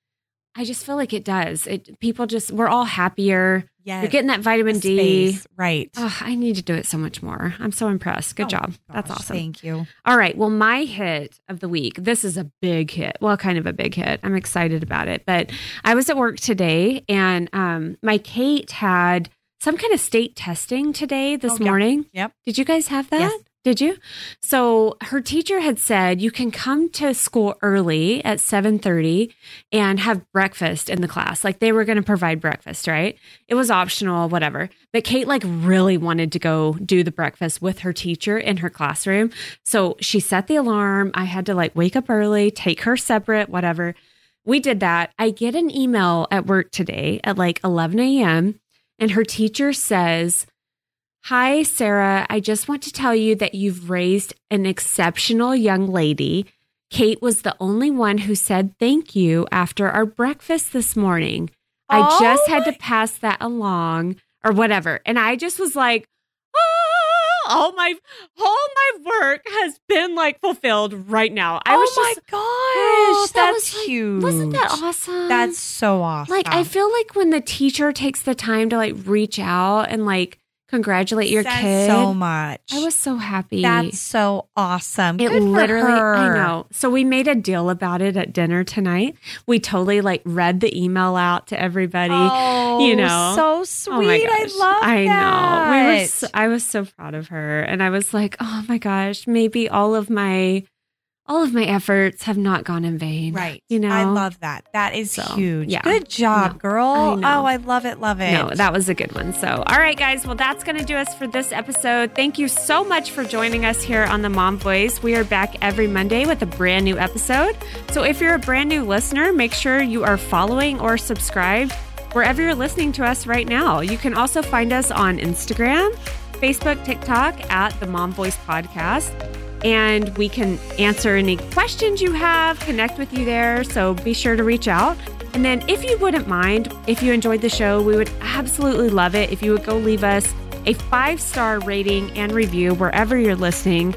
[SPEAKER 2] I just feel like it does. It people just we're all happier.
[SPEAKER 1] Yes.
[SPEAKER 2] You're getting that vitamin D.
[SPEAKER 1] Space, Right.
[SPEAKER 2] Oh, I need to do it so much more. I'm so impressed. Good
[SPEAKER 1] Oh,
[SPEAKER 2] job. That's
[SPEAKER 1] Gosh,
[SPEAKER 2] awesome.
[SPEAKER 1] Thank you.
[SPEAKER 2] All right. Well, my hit of the week. This is a big hit. Well, kind of a big hit. I'm excited about it. But I was at work today, and um, my Kate had some kind of state testing today this
[SPEAKER 1] Oh, yeah.
[SPEAKER 2] morning.
[SPEAKER 1] Yep.
[SPEAKER 2] Did you guys have that?
[SPEAKER 1] Yes.
[SPEAKER 2] Did you? So her teacher had said you can come to school early at 7:30 and have breakfast in the class. Like they were going to provide breakfast, right? It was optional, whatever. But Kate like really wanted to go do the breakfast with her teacher in her classroom. So she set the alarm. I had to like wake up early, take her separate, whatever. We did that. I get an email at work today at like 11 a.m. and her teacher says, Hi, Sarah. I just want to tell you that you've raised an exceptional young lady. Kate was the only one who said thank you after our breakfast this morning. I
[SPEAKER 1] Oh
[SPEAKER 2] just had
[SPEAKER 1] my-
[SPEAKER 2] to pass that along or whatever. And I just was like, oh, all my all my work has been like fulfilled right now. I
[SPEAKER 1] oh
[SPEAKER 2] was
[SPEAKER 1] my
[SPEAKER 2] just
[SPEAKER 1] gosh.
[SPEAKER 2] that
[SPEAKER 1] "Oh, that's
[SPEAKER 2] was, like-
[SPEAKER 1] huge.
[SPEAKER 2] wasn't that awesome?
[SPEAKER 1] That's so awesome.
[SPEAKER 2] like I feel like when the teacher takes the time to like reach out and like congratulate your
[SPEAKER 1] Says
[SPEAKER 2] kid.
[SPEAKER 1] so much.
[SPEAKER 2] I was so happy.
[SPEAKER 1] That's so awesome.
[SPEAKER 2] it
[SPEAKER 1] Good for
[SPEAKER 2] literally I
[SPEAKER 1] her.
[SPEAKER 2] know. So we made a deal about it at dinner tonight. We totally like read the email out to everybody.
[SPEAKER 1] Oh,
[SPEAKER 2] you know.
[SPEAKER 1] so sweet.
[SPEAKER 2] Oh my gosh.
[SPEAKER 1] I love
[SPEAKER 2] I know. We were
[SPEAKER 1] that.
[SPEAKER 2] so, I was so proud of her and I was like, "Oh my gosh, maybe all of my all of my efforts have not gone in vain."
[SPEAKER 1] Right.
[SPEAKER 2] You know.
[SPEAKER 1] I love that. That is
[SPEAKER 2] So,
[SPEAKER 1] huge.
[SPEAKER 2] yeah.
[SPEAKER 1] Good job,
[SPEAKER 2] No, I
[SPEAKER 1] girl.
[SPEAKER 2] know.
[SPEAKER 1] oh, I love it. Love it.
[SPEAKER 2] No, that was a good one. So, all right, guys. Well, that's going to do us for this episode. Thank you so much for joining us here on The Mom Voice. We are back every Monday with a brand new episode. So, if you're a brand new listener, make sure you are following or subscribed wherever you're listening to us right now. You can also find us on Instagram, Facebook, TikTok at The Mom Voice Podcast. And we can answer any questions you have, connect with you there. So be sure to reach out. And then, if you wouldn't mind, if you enjoyed the show, we would absolutely love it if you would go leave us a five star rating and review wherever you're listening.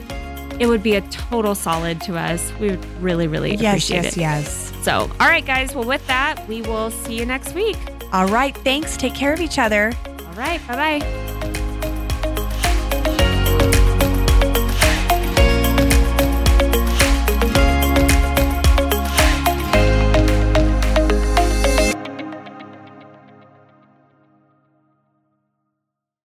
[SPEAKER 2] It would be a total solid to us. We would really, really
[SPEAKER 1] yes,
[SPEAKER 2] appreciate
[SPEAKER 1] yes,
[SPEAKER 2] it.
[SPEAKER 1] yes.
[SPEAKER 2] So, all right, guys. Well, with that, we will see you next week.
[SPEAKER 1] All right. Thanks. Take care of each other.
[SPEAKER 2] All right. Bye bye.